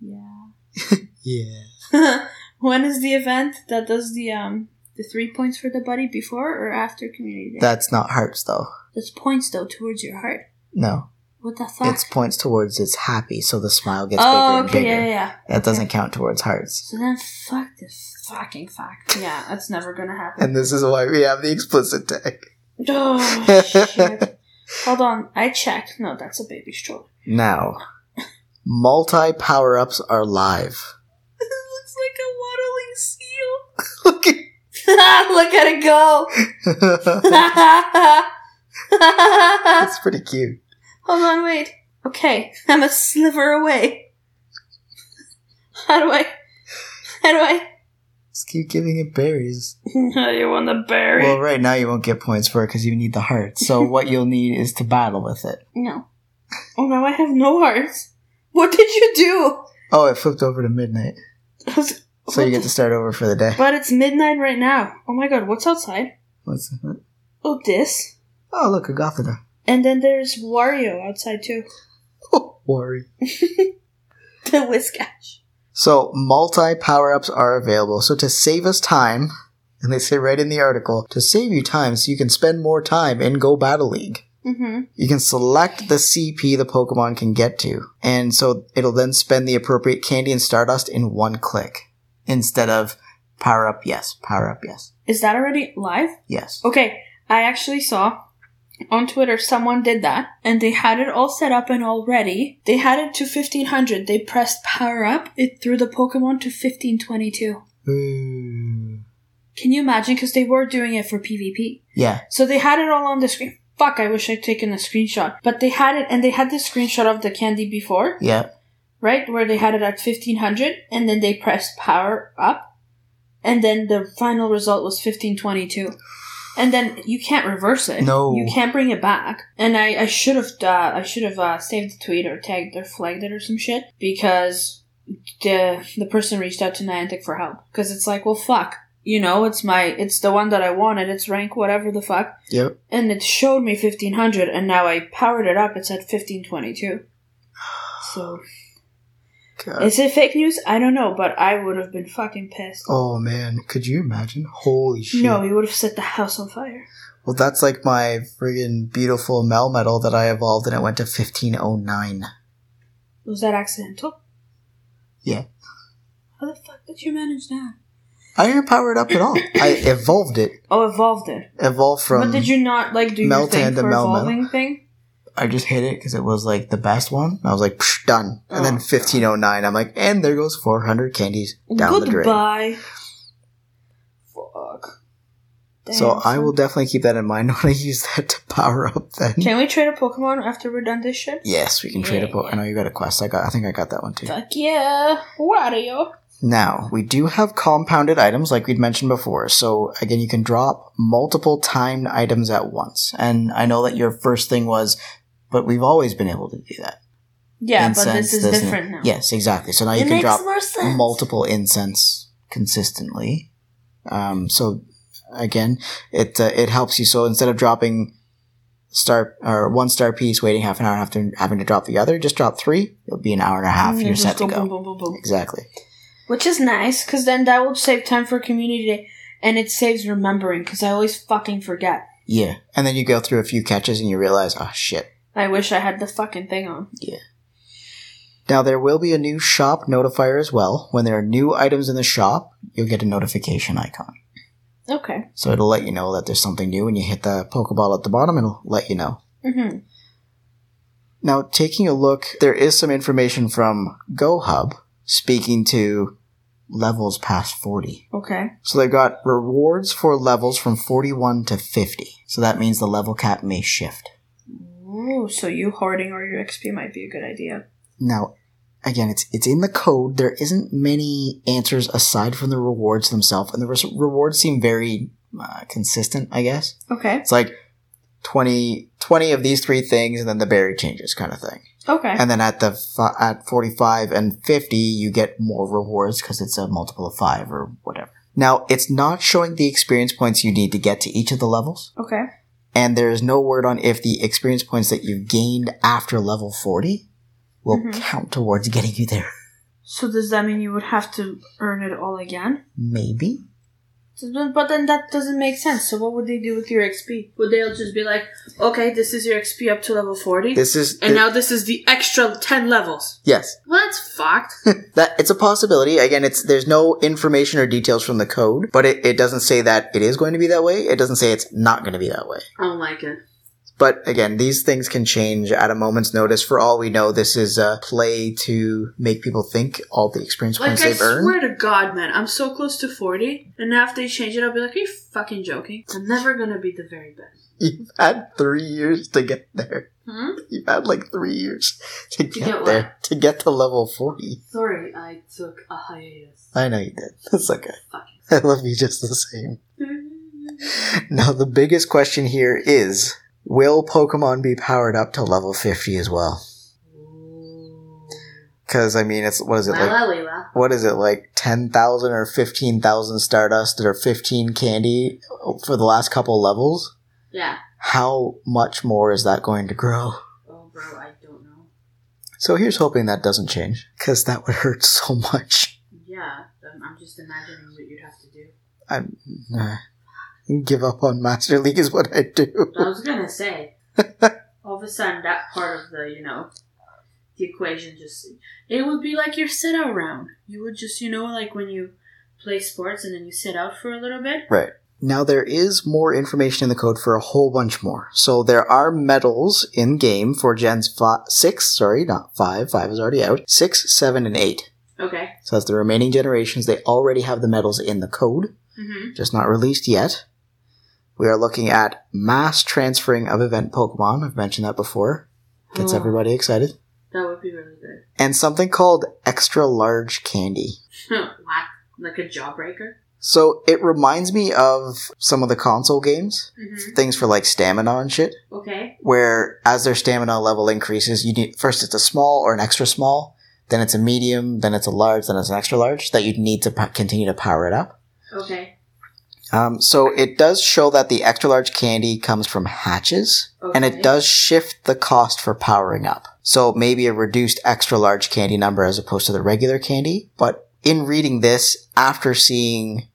buddy.
Yeah.
Yeah. when is the event that does the um the three points for the buddy before or after community day?
That's not hearts though.
That's points though towards your heart.
No,
What the fuck?
it's points towards it's happy, so the smile gets
oh,
bigger
okay,
and bigger.
yeah, yeah, yeah.
That doesn't count towards hearts.
So then, fuck this fucking fact. Yeah, that's never gonna happen.
And this is why we have the explicit tag.
oh shit! Hold on, I checked. No, that's a baby stroller.
Now, multi power ups are live.
It looks like a waddling seal.
Look at.
Look at it go.
That's pretty cute.
Hold on, wait. Okay, I'm a sliver away. How do I? How do I?
Just keep giving it berries.
you want the berry?
Well, right now you won't get points for it because you need the hearts. So what you'll need is to battle with it.
no. Oh no, I have no hearts. What did you do?
Oh, it flipped over to midnight.
I was-
So you get to start over for the day.
But it's midnight right now. Oh my god, what's outside?
What's that?
Oh, this.
Oh, look, a Gothita.
And then there's Wario outside too.
Oh, worry.
The Whiskash.
So multi power ups are available. So to save us time, and they say right in the article, to save you time so you can spend more time in Go Battle League.
Mm-hmm.
You can select the CP the Pokemon can get to, and so it'll then spend the appropriate candy and Stardust in one click instead of power up yes, power up yes,
Is that already live?
yes.
Okay, I actually saw on Twitter someone did that and they had it all set up and all ready. They had it to 1500. They pressed power up, it threw the Pokemon to 1522.
Ooh.
Can you imagine? Because they were doing it for PvP.
Yeah,
So they had it all on the screen. Fuck, I wish I'd taken a screenshot. But they had it and they had the screenshot of the candy before,
yeah.
right? Where they had it at 1500 and then they pressed power up and then the final result was 1522 and then you can't reverse it
No.
you can't bring it back and i, I should have uh, i should have uh, saved the tweet or tagged or flagged it or some shit because the the person reached out to niantic for help because it's like well fuck you know it's my it's the one that i wanted it's rank whatever the fuck
Yep.
and it showed me 1500 and now i powered it up it's at 1522 so
God.
is it fake news? I don't know, but I would have been fucking pissed.
Oh man, could you imagine? Holy shit.
no, he would have set the house on fire.
Well, that's like my friggin' beautiful Melmetal that I evolved and it went to 1509.
Was that accidental?
Yeah.
How the fuck did you manage that?
I didn't power it up at all. I evolved it.
Oh, evolved it.
Evolved from.
but did you not like do your
Meltan
thing
to
for
Melmel.
evolving thing?
I just hit it because it was like the best one. I was like, Psh, done. And then
Oh.
1509, I'm like, and there goes 400 candies down the drain.
Goodbye. Fuck.
So
Damn,
I
son.
will definitely keep that in mind when I use that to power up then.
Can we trade a Pokemon after we're done this shit?
Yes, we can trade a
Yeah.
po- I know you got a quest. I got. I think I got that one too.
Fuck yeah, Wario.
Now we do have compounded items, like we'd mentioned before. So again, you can drop multiple timed items at once. And I know that your first thing was, but we've always been able to do that.
Yeah, but
Incense,
this is
doesn't it?
different now.
Yes, exactly. So now you
it
can
makes
drop
more sense.
multiple incense consistently. Um, so again, it uh, it helps you. So instead of dropping star or one star piece, waiting half an hour after having to drop the other, just drop three. It'll be an hour and a half. and
And then
You're
Mm, just
set to go.
boom, boom, boom, boom, boom.
Exactly.
Which is nice, because then that will save time for community day, and it saves remembering, because I always fucking forget.
Yeah, and then you go through a few catches and you realize, oh shit.
I wish I had the fucking thing on.
Now there will be a new shop notifier as well. When there are new items in the shop, you'll get a notification icon.
Okay.
So it'll let you know that there's something new, and you hit the Pokeball at the bottom, it'll let you know.
Mm-hmm.
Now, taking a look, there is some information from GoHub speaking to levels past 40.
Okay.
So they've got rewards for levels from 41 to 50. So that means the level cap may shift.
Ooh, so you hoarding all your XP might be a good idea.
Now, again, it's it's in the code. There isn't many answers aside from the rewards themselves, and the res- rewards seem very uh, consistent, I guess.
Okay.
It's like 20, 20 of these three things, and then the berry changes kind of thing.
Okay.
and then at the fi- at 45 and 50 you get more rewards because it's a multiple of 5 or whatever now it's not showing the experience points you need to get to each of the levels
Okay.
and there is no word on if the experience points that you've gained after level 40 will
Mhm.
count towards getting you there
So does that mean you would have to earn it all again?
maybe
So then- But then that doesn't make sense. So what would they do with your XP? Would they all just be like, okay, this is your XP up to level 40,
this is
and now this is the extra 10 levels?
yes
Well, that's fucked.
that it's a possibility again it's there's no information or details from the code but it, it doesn't say that it is going to be that way it doesn't say it's not going to be that way
I don't like it.
But again, these things can change at a moment's notice. For all we know, this is a play to make people think all the experience
Like,
points
I
they've earned.
swear to God, man, I'm so close to 40, and now if they change it, I'll be like, are you fucking joking? I'm never gonna be the very best.
You've had three years to get there.
Hmm?
You've had like three years to get,
get what?
there, to get to level 40.
Sorry, I took a hiatus.
I know you did. That's okay.
Fucking.
I love you just the same. Now, the biggest question here is will Pokemon be powered up to level 50 as well? Because, I mean, it's what is it like?
Well,
what is it like 10,000 or 15,000 stardust or 15 candy for the last couple levels
Yeah.
how much more is that going to grow
Oh, bro, I don't know.
so here's hoping that doesn't change because that would hurt so much
Yeah, I'm, I'm just imagining what you'd have to do.
i'm nah. give up on master league is what i do
I was gonna say, all of a sudden, that part of the, you know, the equation just. It would be like your sit out round. You would just, you know, like when you play sports and then you sit out for a little bit.
Now, there is more information in the code for a whole bunch more. So, there are medals in game for gens fi- 6, sorry, not 5, 5 is already out, 6, 7, and 8.
Okay.
So, that's the remaining generations. They already have the medals in the code.
Mm-hmm.
just not released yet. We are looking at mass transferring of event Pokemon. I've mentioned that before. Gets
Oh.
everybody excited.
That would be really good.
And something called extra large candy.
what? Like a jawbreaker?
So it reminds me of some of the console games,
Mm-hmm.
things for like stamina and shit,
Okay.
where as their stamina level increases, you need first it's a small or an extra small, then it's a medium, then it's a large, then it's an extra large that you'd need to po- continue to power it up.
Okay.
Um, so it does show that the extra large candy comes from hatches.
Okay.
and it does shift the cost for powering up. So maybe a reduced extra large candy number as opposed to the regular candy. But in reading this, after seeing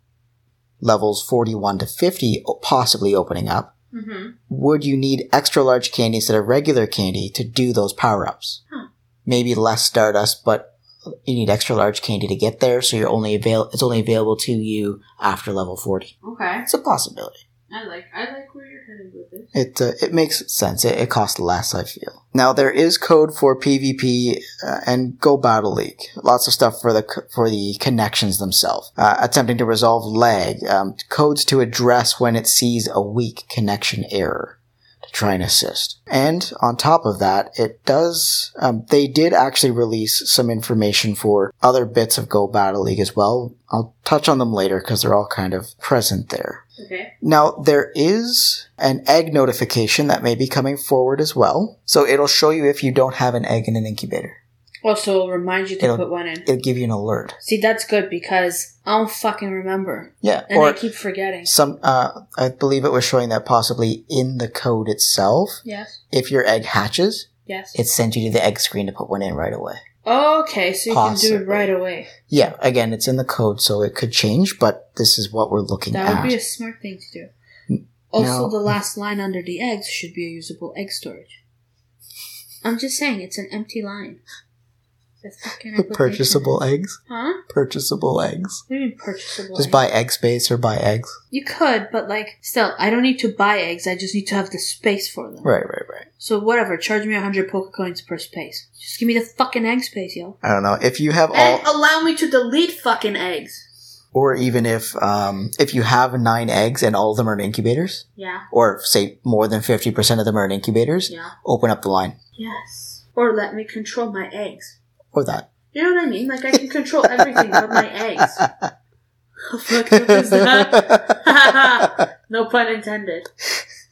levels 41 to 50 o- possibly opening up,
Mm-hmm.
would you need extra large candy instead of regular candy to do those power ups?
Hmm.
Maybe less Stardust, but you need extra large candy to get there, so you're only avail- it's only available to you after level 40.
Okay.
It's a possibility.
I like I like where you're headed with this.
It uh, it makes sense. It, it costs less, I feel. Now there is code for PvP uh, and Go Battle League. Lots of stuff for the c- for the connections themselves. Uh, attempting to resolve lag. Um, codes to address when it sees a weak connection error to try and assist. And on top of that, it does. Um, they did actually release some information for other bits of Go Battle League as well. I'll touch on them later because they're all kind of present there.
Okay.
Now, there is an egg notification that may be coming forward as well. So it'll show you if you don't have an egg in an incubator.
Also, it'll remind you to
It'll-
put one in.
It'll give you an alert.
See, that's good because I don't fucking remember,
Yeah.
and I
or
keep forgetting.
some, uh, I believe it was showing that possibly in the code itself,
Yes.
if your egg hatches,
Yes.
it sends you to the egg screen to put one in right away.
Okay, so you can
Possibly.
do it right away.
Yeah, again, it's in the code, so it could change, but this is what we're looking
That
at.
would be a smart thing to do. Also,
Now-
the last line under the eggs should be a usable egg storage. I'm just saying, it's an empty line. The fucking application.
purchasable eggs?
Huh?
Purchasable eggs.
What do you mean purchasable?
Just
egg?
buy egg space or buy eggs.
You could, but like, still, I don't need to buy eggs. I just need to have the space for them.
Right, right, right.
So whatever, charge me hundred poker coins per space. Just give me the fucking egg space, yo.
I don't know. If you have all.
And allow me to delete fucking eggs.
or even if um, if you have nine eggs and all of them are in incubators,
Yeah.
or say more than fifty percent of them are in incubators,
Yeah.
open up the line
Yes. Or let me control my eggs.
or that.
You know what I mean? Like I can control everything but my eggs. How fucked up is that? no pun intended.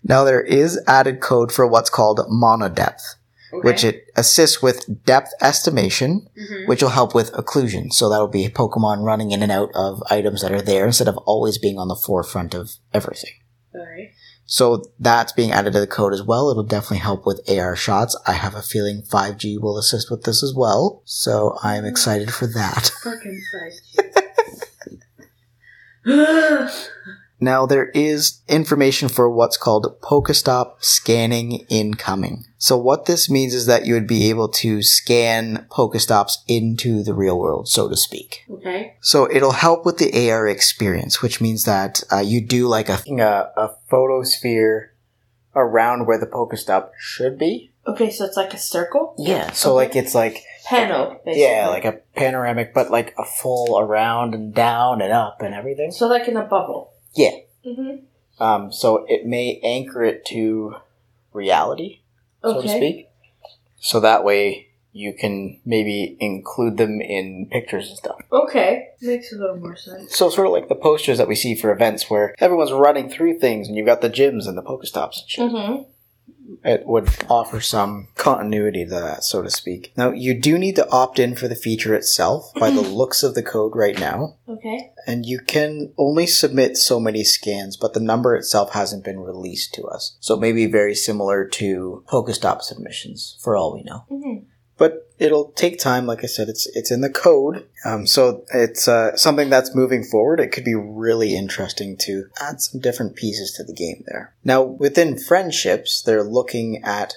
now there is added code for what's called monodepth, which it assists with depth estimation,
Mhm.
which will help with occlusion. So that'll be Pokemon running in and out of items that are there instead of always being on the forefront of everything.
Sorry.
So that's being added to the code as well. It'll definitely help with AR shots. I have a feeling 5G will assist with this as well. So I'm excited for that.
Fucking fight.
Now there is information for what's called Pokestop scanning incoming. So what this means is that you would be able to scan Pokestops into the real world, so to speak.
okay.
So it'll help with the AR experience, which means that uh, you do like a, a, a photosphere around where the Pokestop should be.
Okay, so it's like a circle
Yeah, so
Okay.
like it's like
panel. Basically.
yeah, like a panoramic, but like a full around and down and up and everything.
so like in a bubble.
Yeah.
Mm-hmm.
Um, so it may anchor it to reality, so to
Okay.
speak. So that way you can maybe include them in pictures and stuff.
okay. Makes a little more sense.
So sort of like the posters that we see for events where everyone's running through things, and you've got the gyms and the Pokestops and shit.
Mm-hmm.
it would offer some continuity to that, so to speak. Now, you do need to opt in for the feature itself by the looks of the code right now,
Okay.
and you can only submit so many scans, but the number itself hasn't been released to us. So it may be very similar to Pokestop submissions, for all we know.
Mm-hmm.
But it'll take time, like I said, it's it's in the code, um, so it's uh, something that's moving forward. It could be really interesting to add some different pieces to the game there. Now, within friendships, they're looking at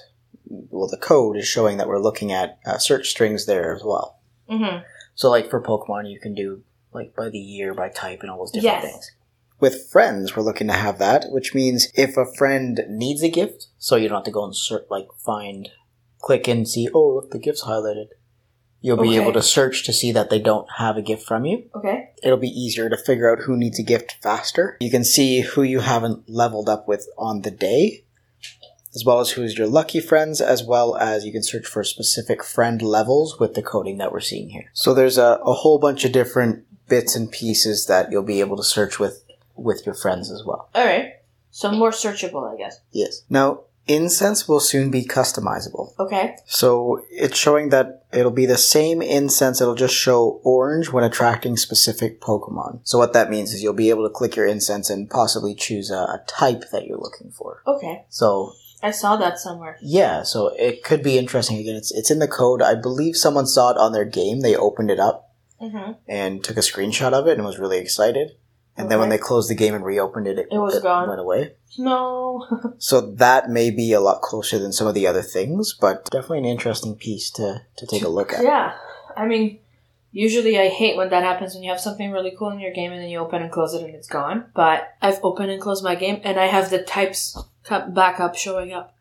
well, the code is showing that we're looking at uh, search strings there as well.
Mm-hmm.
So, like for Pokemon, you can do like by the year, by type, and all those different
Yes.
things. With friends, we're looking to have that, which means if a friend needs a gift, so you don't have to go and search, like find, click and see. Oh, look, the gift's highlighted. You'll be
Okay.
able to search to see that they don't have a gift from you.
Okay.
It'll be easier to figure out who needs a gift faster. You can see who you haven't leveled up with on the day, as well as who's your lucky friends, as well as you can search for specific friend levels with the coding that we're seeing here. So there's a, a whole bunch of different bits and pieces that you'll be able to search with with your friends as well.
All right. So more searchable, I guess.
Yes. Now, incense will soon be customizable.
Okay.
So it's showing that it'll be the same incense, it'll just show orange when attracting specific Pokemon. So what that means is you'll be able to click your incense and possibly choose a, a type that you're looking for.
Okay.
So
I saw that somewhere.
yeah, so it could be interesting. Again, it's it's in the code. I believe someone saw it on their game. They opened it up
Mm-hmm.
and took a screenshot of it and was really excited. And then when
Okay.
they closed the game and reopened it, it,
It was gone.
went away.
No.
So that may be a lot closer than some of the other things, but definitely an interesting piece to, to take a look at.
Yeah, I mean, Usually, I hate when that happens when you have something really cool in your game and then you open and close it and it's gone. But I've opened and closed my game and I have the types cut back up showing up.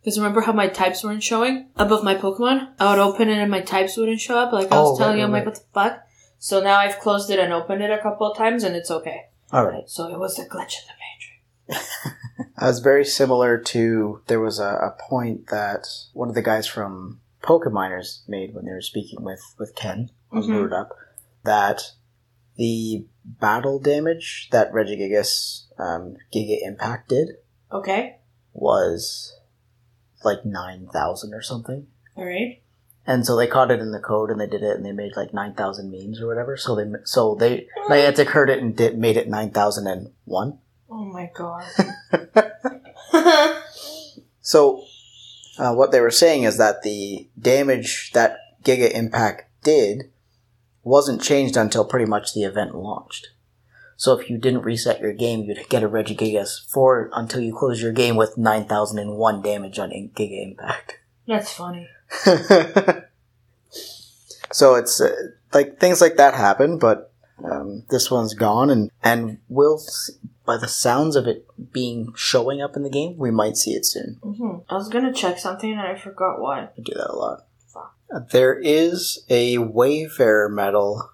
Because remember how my types weren't showing above my Pokemon? I would open it and my types wouldn't show up. Like I
Oh,
was
right,
telling you, I'm
right,
like, what the fuck? So now I've closed it and opened it a couple of times and it's okay.
All right.
So it was a glitch in the matrix.
Uh, it's very similar to there was a, a point that one of the guys from Pokeminers made when they were speaking with with Ken on
Mhm.
Lured Up that the battle damage that Regigigas um, Giga Impact did
Okay.
was like nine thousand or something.
All right.
And so they caught it in the code, and they did it, and they made like nine thousand memes or whatever. So they so they Niantic heard it and did, made it nine thousand and one.
Oh my god.
So, uh, what they were saying is that the damage that Giga Impact did wasn't changed until pretty much the event launched. So, if you didn't reset your game, you'd get a Regigigas for until you close your game with 9001 damage on in- Giga Impact.
That's funny.
so, it's uh, like things like that happen, but um, this one's gone, and, and we'll, s- by the sounds of it being showing up in the game, we might see it soon.
hmm I was gonna check something and I forgot what.
I do that a lot. Uh,
Fuck.
There is a Wayfarer medal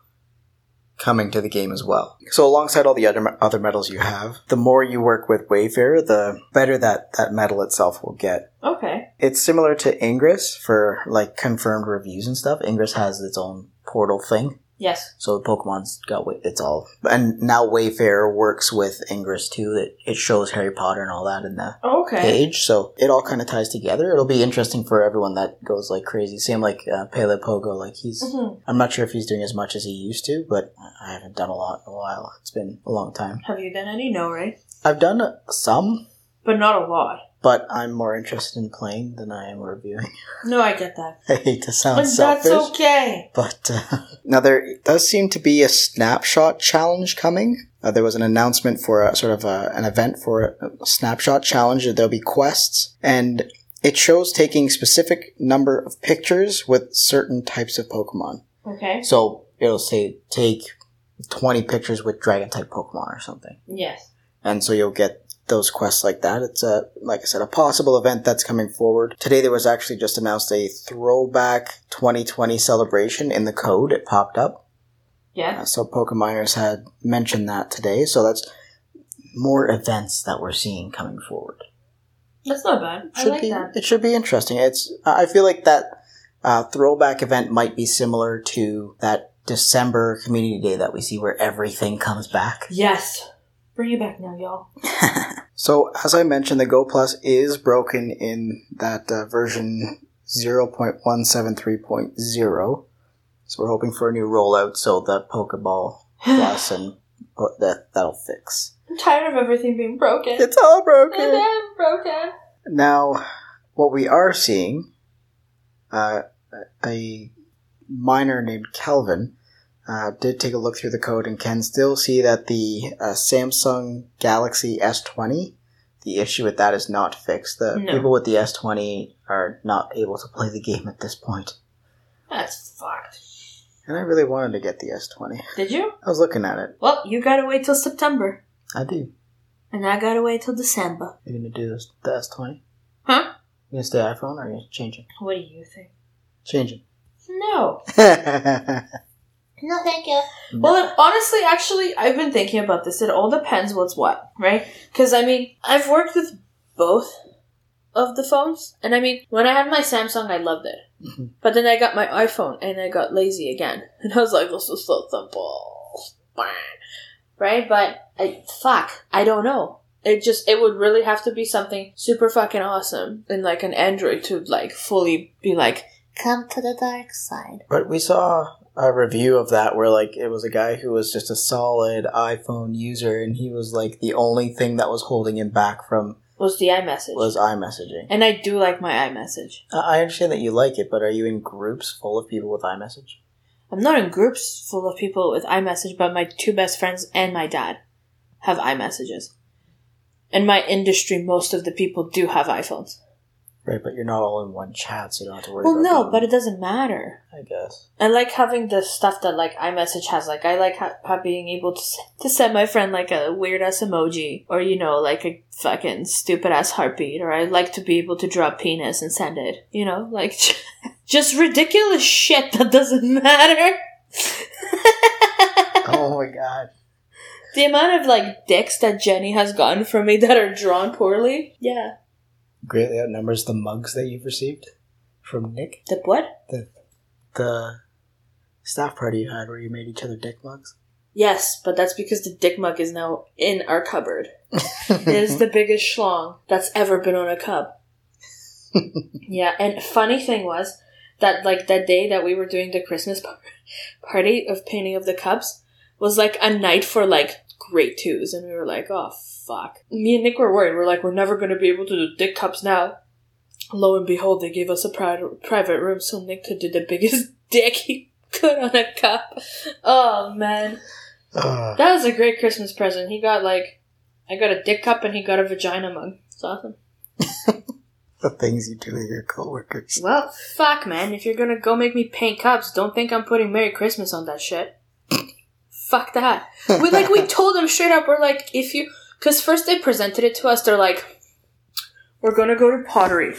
coming to the game as well. So alongside all the other other medals you have, the more you work with Wayfarer, the better that that medal itself will get.
Okay.
It's similar to Ingress for like confirmed reviews and stuff. Ingress has its own portal thing.
Yes.
So Pokemon's got Wa- it's all, and now Wayfarer works with Ingress too. It it shows Harry Potter and all that in the
Oh, Okay.
page. So it all kind of ties together. It'll be interesting for everyone that goes like crazy. Same like uh, Pele Pogo. Like he's,
Mhm.
I'm not sure if he's doing as much as he used to, but I haven't done a lot in a while. It's been a long time.
Have you done any? No, right?
I've done some,
But not a lot.
but I'm more interested in playing than I am reviewing.
No, I get that.
I hate to sound
But
selfish,
that's okay.
but uh, now there does seem to be a snapshot challenge coming. Uh, there was an announcement for a sort of a, an event for a snapshot challenge. There'll be quests, and it shows taking specific number of pictures with certain types of Pokemon.
Okay.
So it'll say take twenty pictures with Dragon type Pokemon or something,
Yes.
and so you'll get those quests like that. It's a like I said, a possible event that's coming forward. Today there was actually just announced a throwback 2020 celebration in the code. It popped up.
Yeah.
Uh, so Pokeminers had mentioned that today, so that's more events that we're seeing coming forward.
That's not bad. I
Should
like
be
that.
it should be interesting. It's I feel like that uh, throwback event might be similar to that December community day that we see where everything comes back.
Yes. Bring it back now, y'all.
So as I mentioned, the Go Plus is broken in that uh, version 0.173.0. So we're hoping for a new rollout so the Pokeball Plus and uh, that that'll fix.
I'm tired of everything being broken.
It's all
And
broken.
then broken.
Now, what we are seeing, uh, a miner named Calvin uh, did take a look through the code and can still see that the uh, Samsung Galaxy S20, the issue with that is not fixed. The
No.
people with the S20 are not able to play the game at this point.
That's fucked.
And I really wanted to get the S20.
Did you?
I was looking at it.
Well, you gotta wait till September.
I do.
And I gotta wait till December.
You're going to do this, the S20?
Huh?
You going to stay iPhone or are you going to change it?
What do you think?
Change
No.
it.
No, thank you. Well, it, honestly, actually, I've been thinking about this. It all depends what's what, right? Because, I mean, I've worked with both of the phones. And, I mean, when I had my Samsung, I loved it.
Mhm.
But then I got my iPhone and I got lazy again. And I was like, this is so simple. Right? But, I, fuck, I don't know. It just, it would really have to be something super fucking awesome. And, like, an Android to, like, fully be like, come to the dark side.
But we saw a review of that where like it was a guy who was just a solid iPhone user and he was like the only thing that was holding him back from
Was the iMessage.
was iMessaging.
And I do like my iMessage.
I I understand that you like it, but are you in groups full of people with iMessage?
I'm not in groups full of people with iMessage, but my two best friends and my dad have iMessages. In my industry, most of the people do have iPhones.
Right, but you're not all in one chat, so you don't have to worry
Well,
about
no,
being-
but it doesn't matter.
I guess.
I like having the stuff that like iMessage has. Like I like ha- ha- being able to s- to send my friend like a weird ass emoji or you know like a fucking stupid ass heartbeat. Or I like to be able to draw a penis and send it. You know, like just ridiculous shit that doesn't matter.
oh my god.
The amount of like dicks that Jenny has gotten from me that are drawn poorly. Yeah.
Greatly outnumbers the mugs that you've received from Nick.
The what?
The staff party you had where you made each other dick mugs.
Yes, but that's because the dick mug is now in our cupboard. It is the biggest schlong that's ever been on a cup. yeah, and funny thing was that like that day that we were doing the Christmas par- party of painting of the cups was like a night for like great twos, and we were like, oh fuck. Me and Nick were worried. We're like, we're never gonna be able to do dick cups now. Lo and behold, they gave us a pri- private room so Nick could do the biggest dick he could on a cup. Oh man.
Ugh.
That was a great Christmas present. He got like, I got a dick cup and he got a vagina mug. It's awesome.
the things you do with your coworkers.
Well, fuck, man. If you're gonna go make me paint cups, don't think I'm putting Merry Christmas on that shit. fuck that. We like we told them straight up. We're like, if you, because first they presented it to us. They're like, we're gonna go to pottery.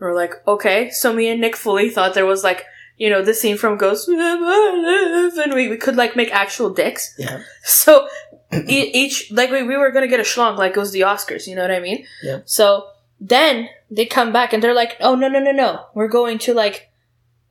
We're like, okay. So me and Nick fully thought there was like, you know, the scene from Ghost, and we, we could like make actual dicks.
yeah.
So e- each like we, we were gonna get a schlong like it was the Oscars, you know what I mean?
Yeah.
So then they come back and they're like, "Oh no no no no, we're going to like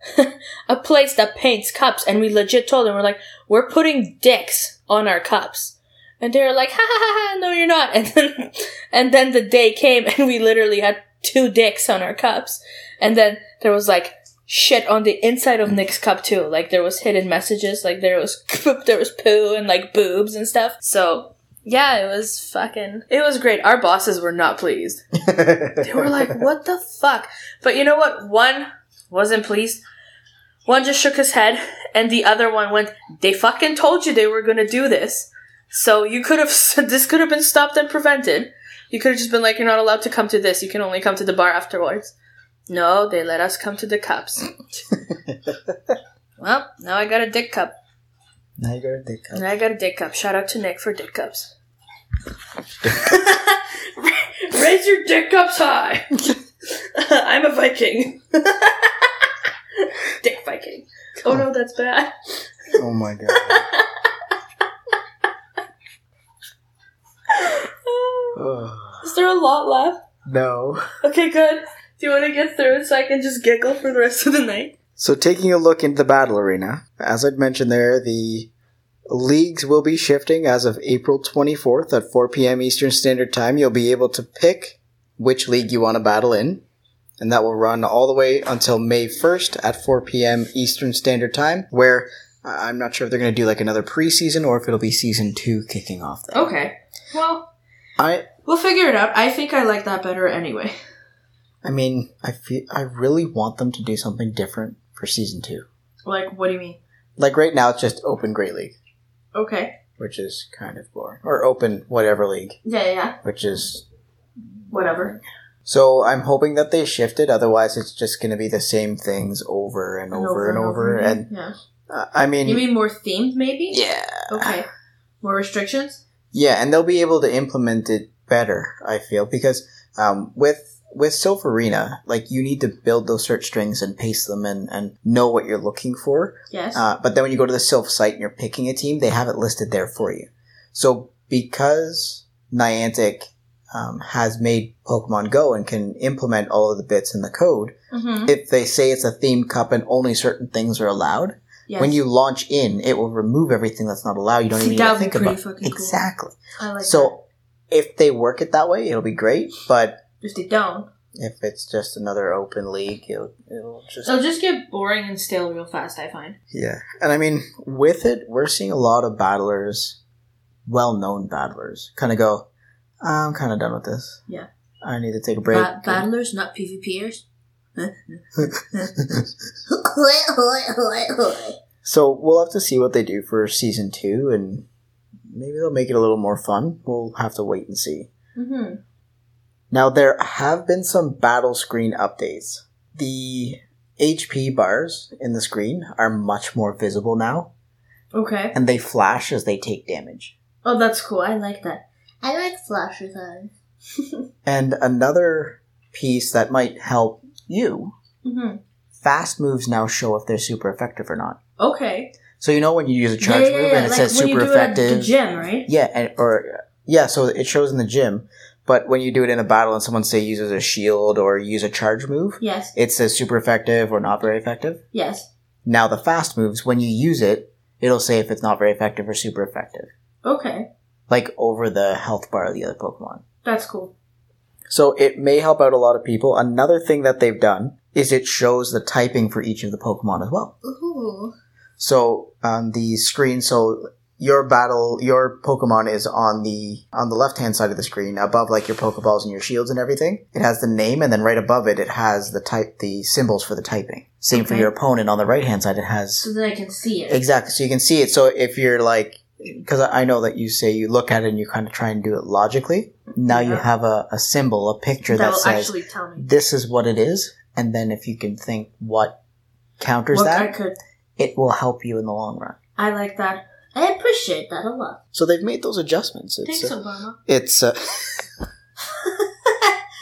a place that paints cups," and we legit told them we're like, "We're putting dicks on our cups," and they're like, "Ha ha ha ha, no you're not," and then and then the day came and we literally had two dicks on our cups, and then there was like. Shit on the inside of Nick's cup too. Like there was hidden messages. Like there was there was poo and like boobs and stuff. So yeah, it was fucking. It was great. Our bosses were not pleased. They were like, "What the fuck?" But you know what? One wasn't pleased. One just shook his head, and the other one went, "They fucking told you they were gonna do this. So you could have. This could have been stopped and prevented. You could have just been like, you're not allowed to come to this. You can only come to the bar afterwards." No, they let us come to the cups. well, now I got a dick cup.
now you got a dick cup.
And I got a dick cup. Shout out to Nick for dick cups. Raise your dick cups high. I'm a Viking. dick Viking. Oh no, that's bad.
Oh my god. Ugh.
Is there a lot left?
no.
Okay, good. Do you want to get through it so I can just giggle for the rest of the night?
So, taking a look into the battle arena, as I'd mentioned there, the leagues will be shifting as of April 24th at 4 p.m. Eastern Standard Time. You'll be able to pick which league you want to battle in, and that will run all the way until May 1st at 4 p.m. Eastern Standard Time, where uh, I'm not sure if they're going to do like another preseason or if it'll be season two kicking off. Then.
Okay. Well,
I,
we'll figure it out. I think I like that better anyway.
I mean, I feel I really want them to do something different for season two.
Like, what do you mean?
Like right now, it's just open Great League,
Okay.
which is kind of boring, or open whatever league,
Yeah, yeah, yeah.
which is.
Whatever.
So I'm hoping that they shift it. Otherwise, it's just going to be the same things over and over and over. And,
yeah.
uh, I mean,
You mean more themed, maybe?
yeah,
Okay. More restrictions?
yeah, and they'll be able to implement it better. I feel because um, with with Silverina, like you need to build those search strings and paste them and and know what you're looking for.
Yes.
Uh, but then when you go to the Sylph site and you're picking a team, they have it listed there for you. So because Niantic um, has made Pokemon Go and can implement all of the bits in the code,
mm-hmm.
if they say it's a themed cup and only certain things are allowed,
yes.
when you launch in, it will remove everything that's not allowed. You don't even need
That
to
would be
think
pretty
about
fucking cool.
exactly.
I like that.
So if they work it that way, it'll be great. But
if they don't,
if it's just another open league, it'll, it'll just
they'll just get boring and stale real fast. I find.
Yeah. And I mean, with it, we're seeing a lot of battlers, well known battlers, kind of go, I'm kind of done with this.
Yeah.
I need to take a break.
Ba- battlers, not PvPers.
so we'll have to see what they do for season two, and maybe they'll make it a little more fun. We'll have to wait and see.
Mm-hmm.
Now, there have been some battle screen updates. The HP bars in the screen are much more visible now,
Okay.
and they flash as they take damage.
Oh, that's cool. I like that.
I like flasher time.
And another piece that might help you
Mm-hmm.
fast moves now show if they're super effective or not.
Okay.
So, you know, when you use a charge move and it says super effective.
at the gym, right?
Yeah, and or yeah, so it shows in the gym, but when you do it in a battle and someone say uses a shield or use a charge move,
Yes.
it says super effective or not very effective.
Yes.
Now the fast moves, when you use it, it'll say if it's not very effective or super effective,
Okay.
like over the health bar of the other Pokemon.
That's cool.
So it may help out a lot of people. Another thing that they've done is it shows the typing for each of the Pokemon as well.
Ooh.
So on the screen, so your battle, your Pokemon is on the on the left hand side of the screen, above like your Pokeballs and your shields and everything. It has the name, and then right above it, it has the type, the symbols for the typing. Same for
Okay.
your opponent on the right hand side. It has
So that I can see it.
exactly, so you can see it. So if you're like, because I know that you say you look at it and you kind of try and do it logically. Now you
Yeah.
have a, a symbol, a picture that,
that will
says
actually tell me.
this is what it is, and then if you can think what counters
What
that,
I could.
it will help you in the long run.
I like that.
I appreciate that a lot.
So they've made those adjustments. It's
Thanks,
uh,
Obama.
it's uh,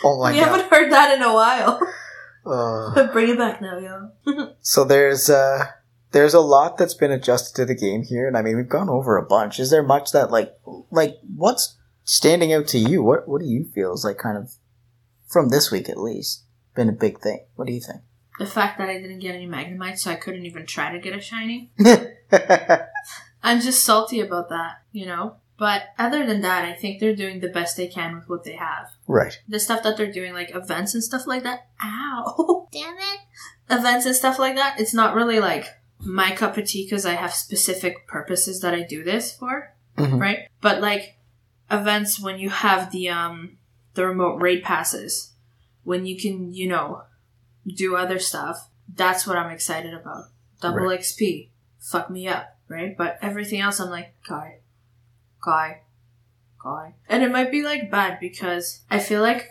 oh my
we
god.
haven't heard that in a while.
Uh,
But bring it back now, yo.
so there's uh there's a lot that's been adjusted to the game here, and I mean we've gone over a bunch. Is there much that like like what's standing out to you? What what do you feel is like kind of from this week at least been a big thing? What do you think?
The fact that I didn't get any Magnemite, so I couldn't even try to get a shiny. I'm just salty about that, you know? But other than that, I think they're doing the best they can with what they have.
right.
The stuff that they're doing, like events and stuff like that, ow!
Damn it.
events and stuff like that, it's not really like my cup of tea because I have specific purposes that I do this for,
Mhm.
right? But like events when you have the um the remote raid passes, when you can, you know, do other stuff, that's what I'm excited about. Double
Right.
XP. Fuck me up, right? But everything else I'm like, guy. Guy. Guy. And it might be like bad because I feel like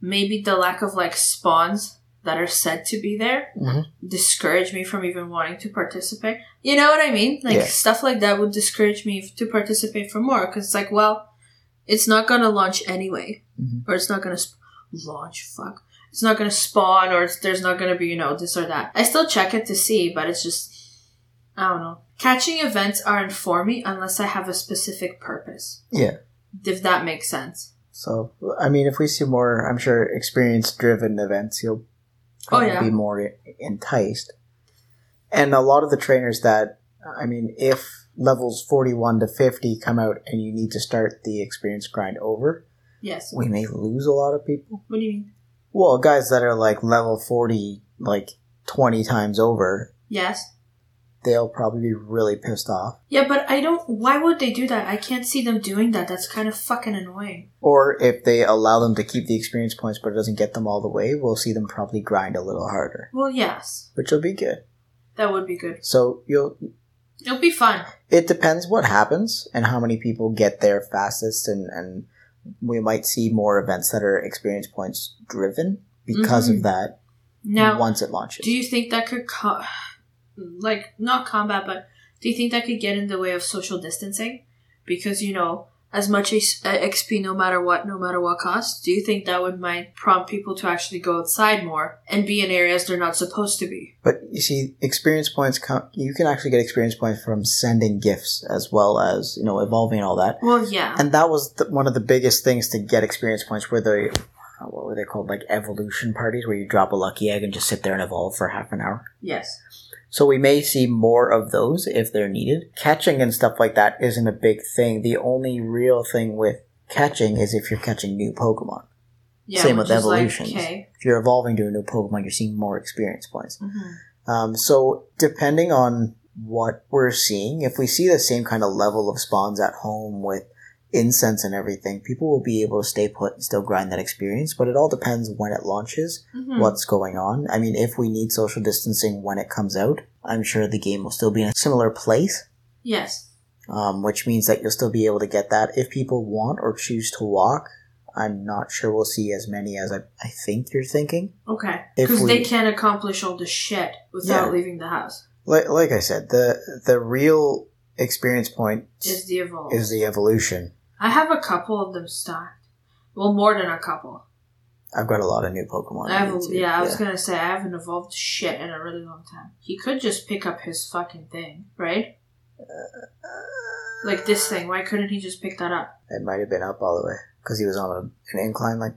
maybe the lack of like spawns that are said to be there
Mhm.
discourage me from even wanting to participate. You know what I mean? Like
Yeah.
stuff like that would discourage me f- to participate for more because it's like, well, it's not gonna launch anyway,
Mhm.
or it's not gonna sp- launch. Fuck, it's not gonna spawn, or it's, there's not gonna be you know this or that. I still check it to see, but it's just I don't know. Catching events aren't for me unless I have a specific purpose.
Yeah.
If that makes sense.
So I mean, if we see more, I'm sure experience-driven events, you'll
Oh,
probably
yeah.
be more e- enticed. And a lot of the trainers that I mean, if levels 41 to 50 come out and you need to start the experience grind over,
Yes.
we may lose a lot of people.
What do you mean?
Well, guys that are like level 40 like 20 times over,
Yes.
they'll probably be really pissed off.
Yeah, but I don't. Why would they do that? I can't see them doing that. That's kind of fucking annoying.
Or if they allow them to keep the experience points but it doesn't get them all the way, we'll see them probably grind a little harder,
Well, yes,
which will be good.
that would be good.
So you'll
It'll be fun.
it depends what happens and how many people get there fastest and and we might see more events that are experience points driven because
Mhm.
of that
Now,
once it launches
do you think that could, co- like, not combat, but do you think that could get in the way of social distancing? Because you know, as much as uh, XP, no matter what, no matter what cost, do you think that would might prompt people to actually go outside more and be in areas they're not supposed to be?
but you see experience points come you can actually get experience points from sending gifts as well as you know evolving and all that
Well, yeah.
and that was the, one of the biggest things to get experience points were the what were they called like evolution parties where you drop a lucky egg and just sit there and evolve for half an hour
yes.
So we may see more of those if they're needed. Catching and stuff like that isn't a big thing. The only real thing with catching is if you're catching new Pokemon.
Yeah.
Same
which
with
is like,
evolutions.
okay.
If you're evolving to a new Pokemon, you're seeing more experience points.
Mhm.
Um, so depending on what we're seeing, if we see the same kind of level of spawns at home with incense and everything, people will be able to stay put and still grind that experience. But it all depends when it launches
Mhm.
what's going on. I mean, if we need social distancing when it comes out, I'm sure the game will still be in a similar place,
Yes.
um, which means that you'll still be able to get that if people want or choose to walk. I'm not sure we'll see as many as I, I think you're thinking.
Okay.
If
Because
we-
they can't accomplish all the shit without
Yeah.
leaving the house.
Like, like I said, the the real experience point
Is the evolve.
is the evolution.
I have a couple of them stocked. Well, more than a couple.
I've got a lot of new Pokemon.
I have,
on YouTube,
yeah, I was gonna say I haven't evolved shit in a really long time. He could just pick up his fucking thing, right? Like this thing. Why couldn't he just pick that up?
It might have been up all the way because he was on a, an incline, like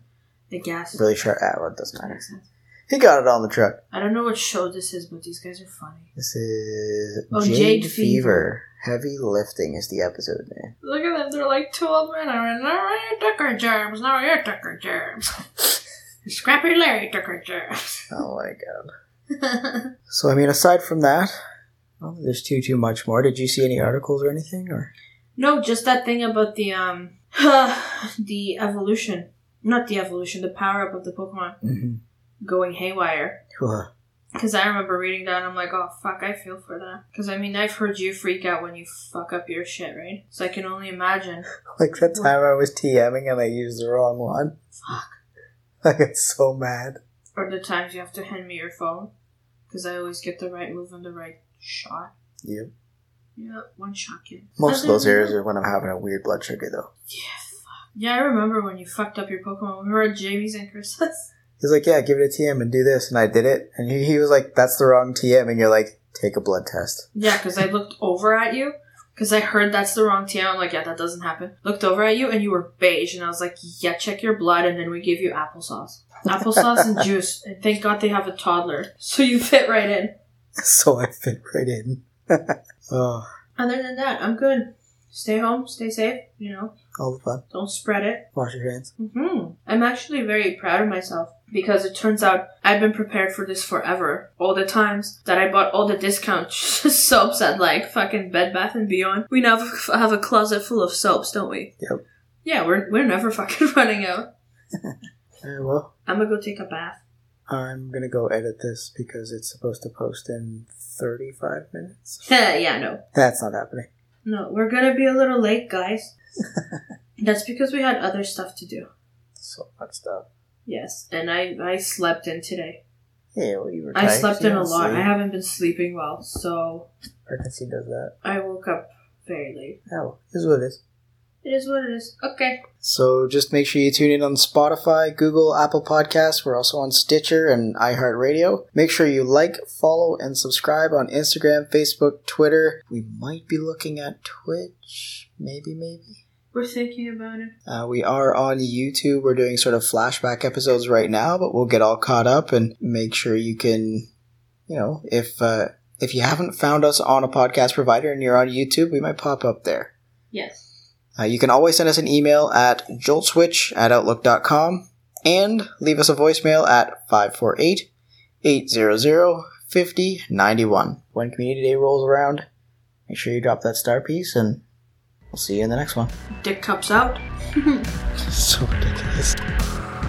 The gas.
really sharp. Ah, well, it doesn't
That
matter.
makes sense.
He got it on the truck.
I don't know what show this is, but these guys are funny.
This is
Oh,
Jade,
Jade
Fever. Heavy lifting is the episode name.
Look at them. They're like two old men. I'm like, now you're Tucker Germs. Now you're Tucker Germs. Scrappy Larry Tucker Germs.
Oh my god. So I mean, aside from that, I don't think there's too too much more. Did you see any articles or anything? Or
No, just that thing about the um the evolution. Not the evolution, the power up of the Pokemon
Mhm.
going haywire.
Huh.
Because I remember reading that and I'm like, oh fuck, I feel for that. Because I mean, I've heard you freak out when you fuck up your shit, right? So I can only imagine.
like that time I was TMing and I used the wrong one.
Fuck.
I got so mad.
Or the times you have to hand me your phone. Because I always get the right move and the right shot.
Yep.
Yeah, one shot kid.
Most of
Other
those
than
areas
that-
are when I'm having a weird blood sugar though.
Yeah, fuck. Yeah, I remember when you fucked up your Pokemon. when We were at Jamie's and Chris's.
He's like, yeah, give it a TM and do this, and I did it, and he, he was like, that's the wrong TM, and you're like, take a blood test.
Yeah, because I looked over at you because I heard that's the wrong TM. I'm like, yeah, that doesn't happen. Looked over at you and you were beige, and I was like, yeah, check your blood, and then we gave you applesauce, applesauce and juice. And thank God they have a toddler, so you fit right in.
So I fit right in. oh,
Other than that, I'm good. Stay home, stay safe. You know,
all the fun.
don't spread it.
Wash your hands.
hmm I'm actually very proud of myself because it turns out I've been prepared for this forever. All the times that I bought all the discount soaps at like fucking Bed Bath and Beyond, we now f- have a closet full of soaps, don't we?
Yep.
Yeah, we're we're never fucking running out.
Uh, well,
I'm gonna go take a bath.
I'm gonna go edit this because it's supposed to post in 35 minutes.
yeah, no,
That's not happening.
no, we're gonna be a little late, guys. That's because we had other stuff to do.
So much stuff.
Yes, and I I slept in today.
Yeah, well, you were.
I
tired,
slept
you
in a
don't
lot.
sleep.
I haven't been sleeping well, so
Pregnancy does that.
I woke up very late.
Oh, is what it is.
It is what it is. Okay.
So just make sure you tune in on Spotify, Google, Apple Podcasts. We're also on Stitcher and iHeartRadio. Make sure you like, follow, and subscribe on Instagram, Facebook, Twitter. We might be looking at Twitch. Maybe, maybe.
We're thinking about it.
Uh, we are on YouTube. We're doing sort of flashback episodes right now, but we'll get all caught up and make sure you can, you know, if uh, if you haven't found us on a podcast provider and you're on YouTube, we might pop up there.
Yes.
Uh, you can always send us an email at joltswitch at outlook.com and leave us a voicemail at 548 800 5091. When Community Day rolls around, make sure you drop that star piece and we'll see you in the next one.
Dick cups out.
So ridiculous.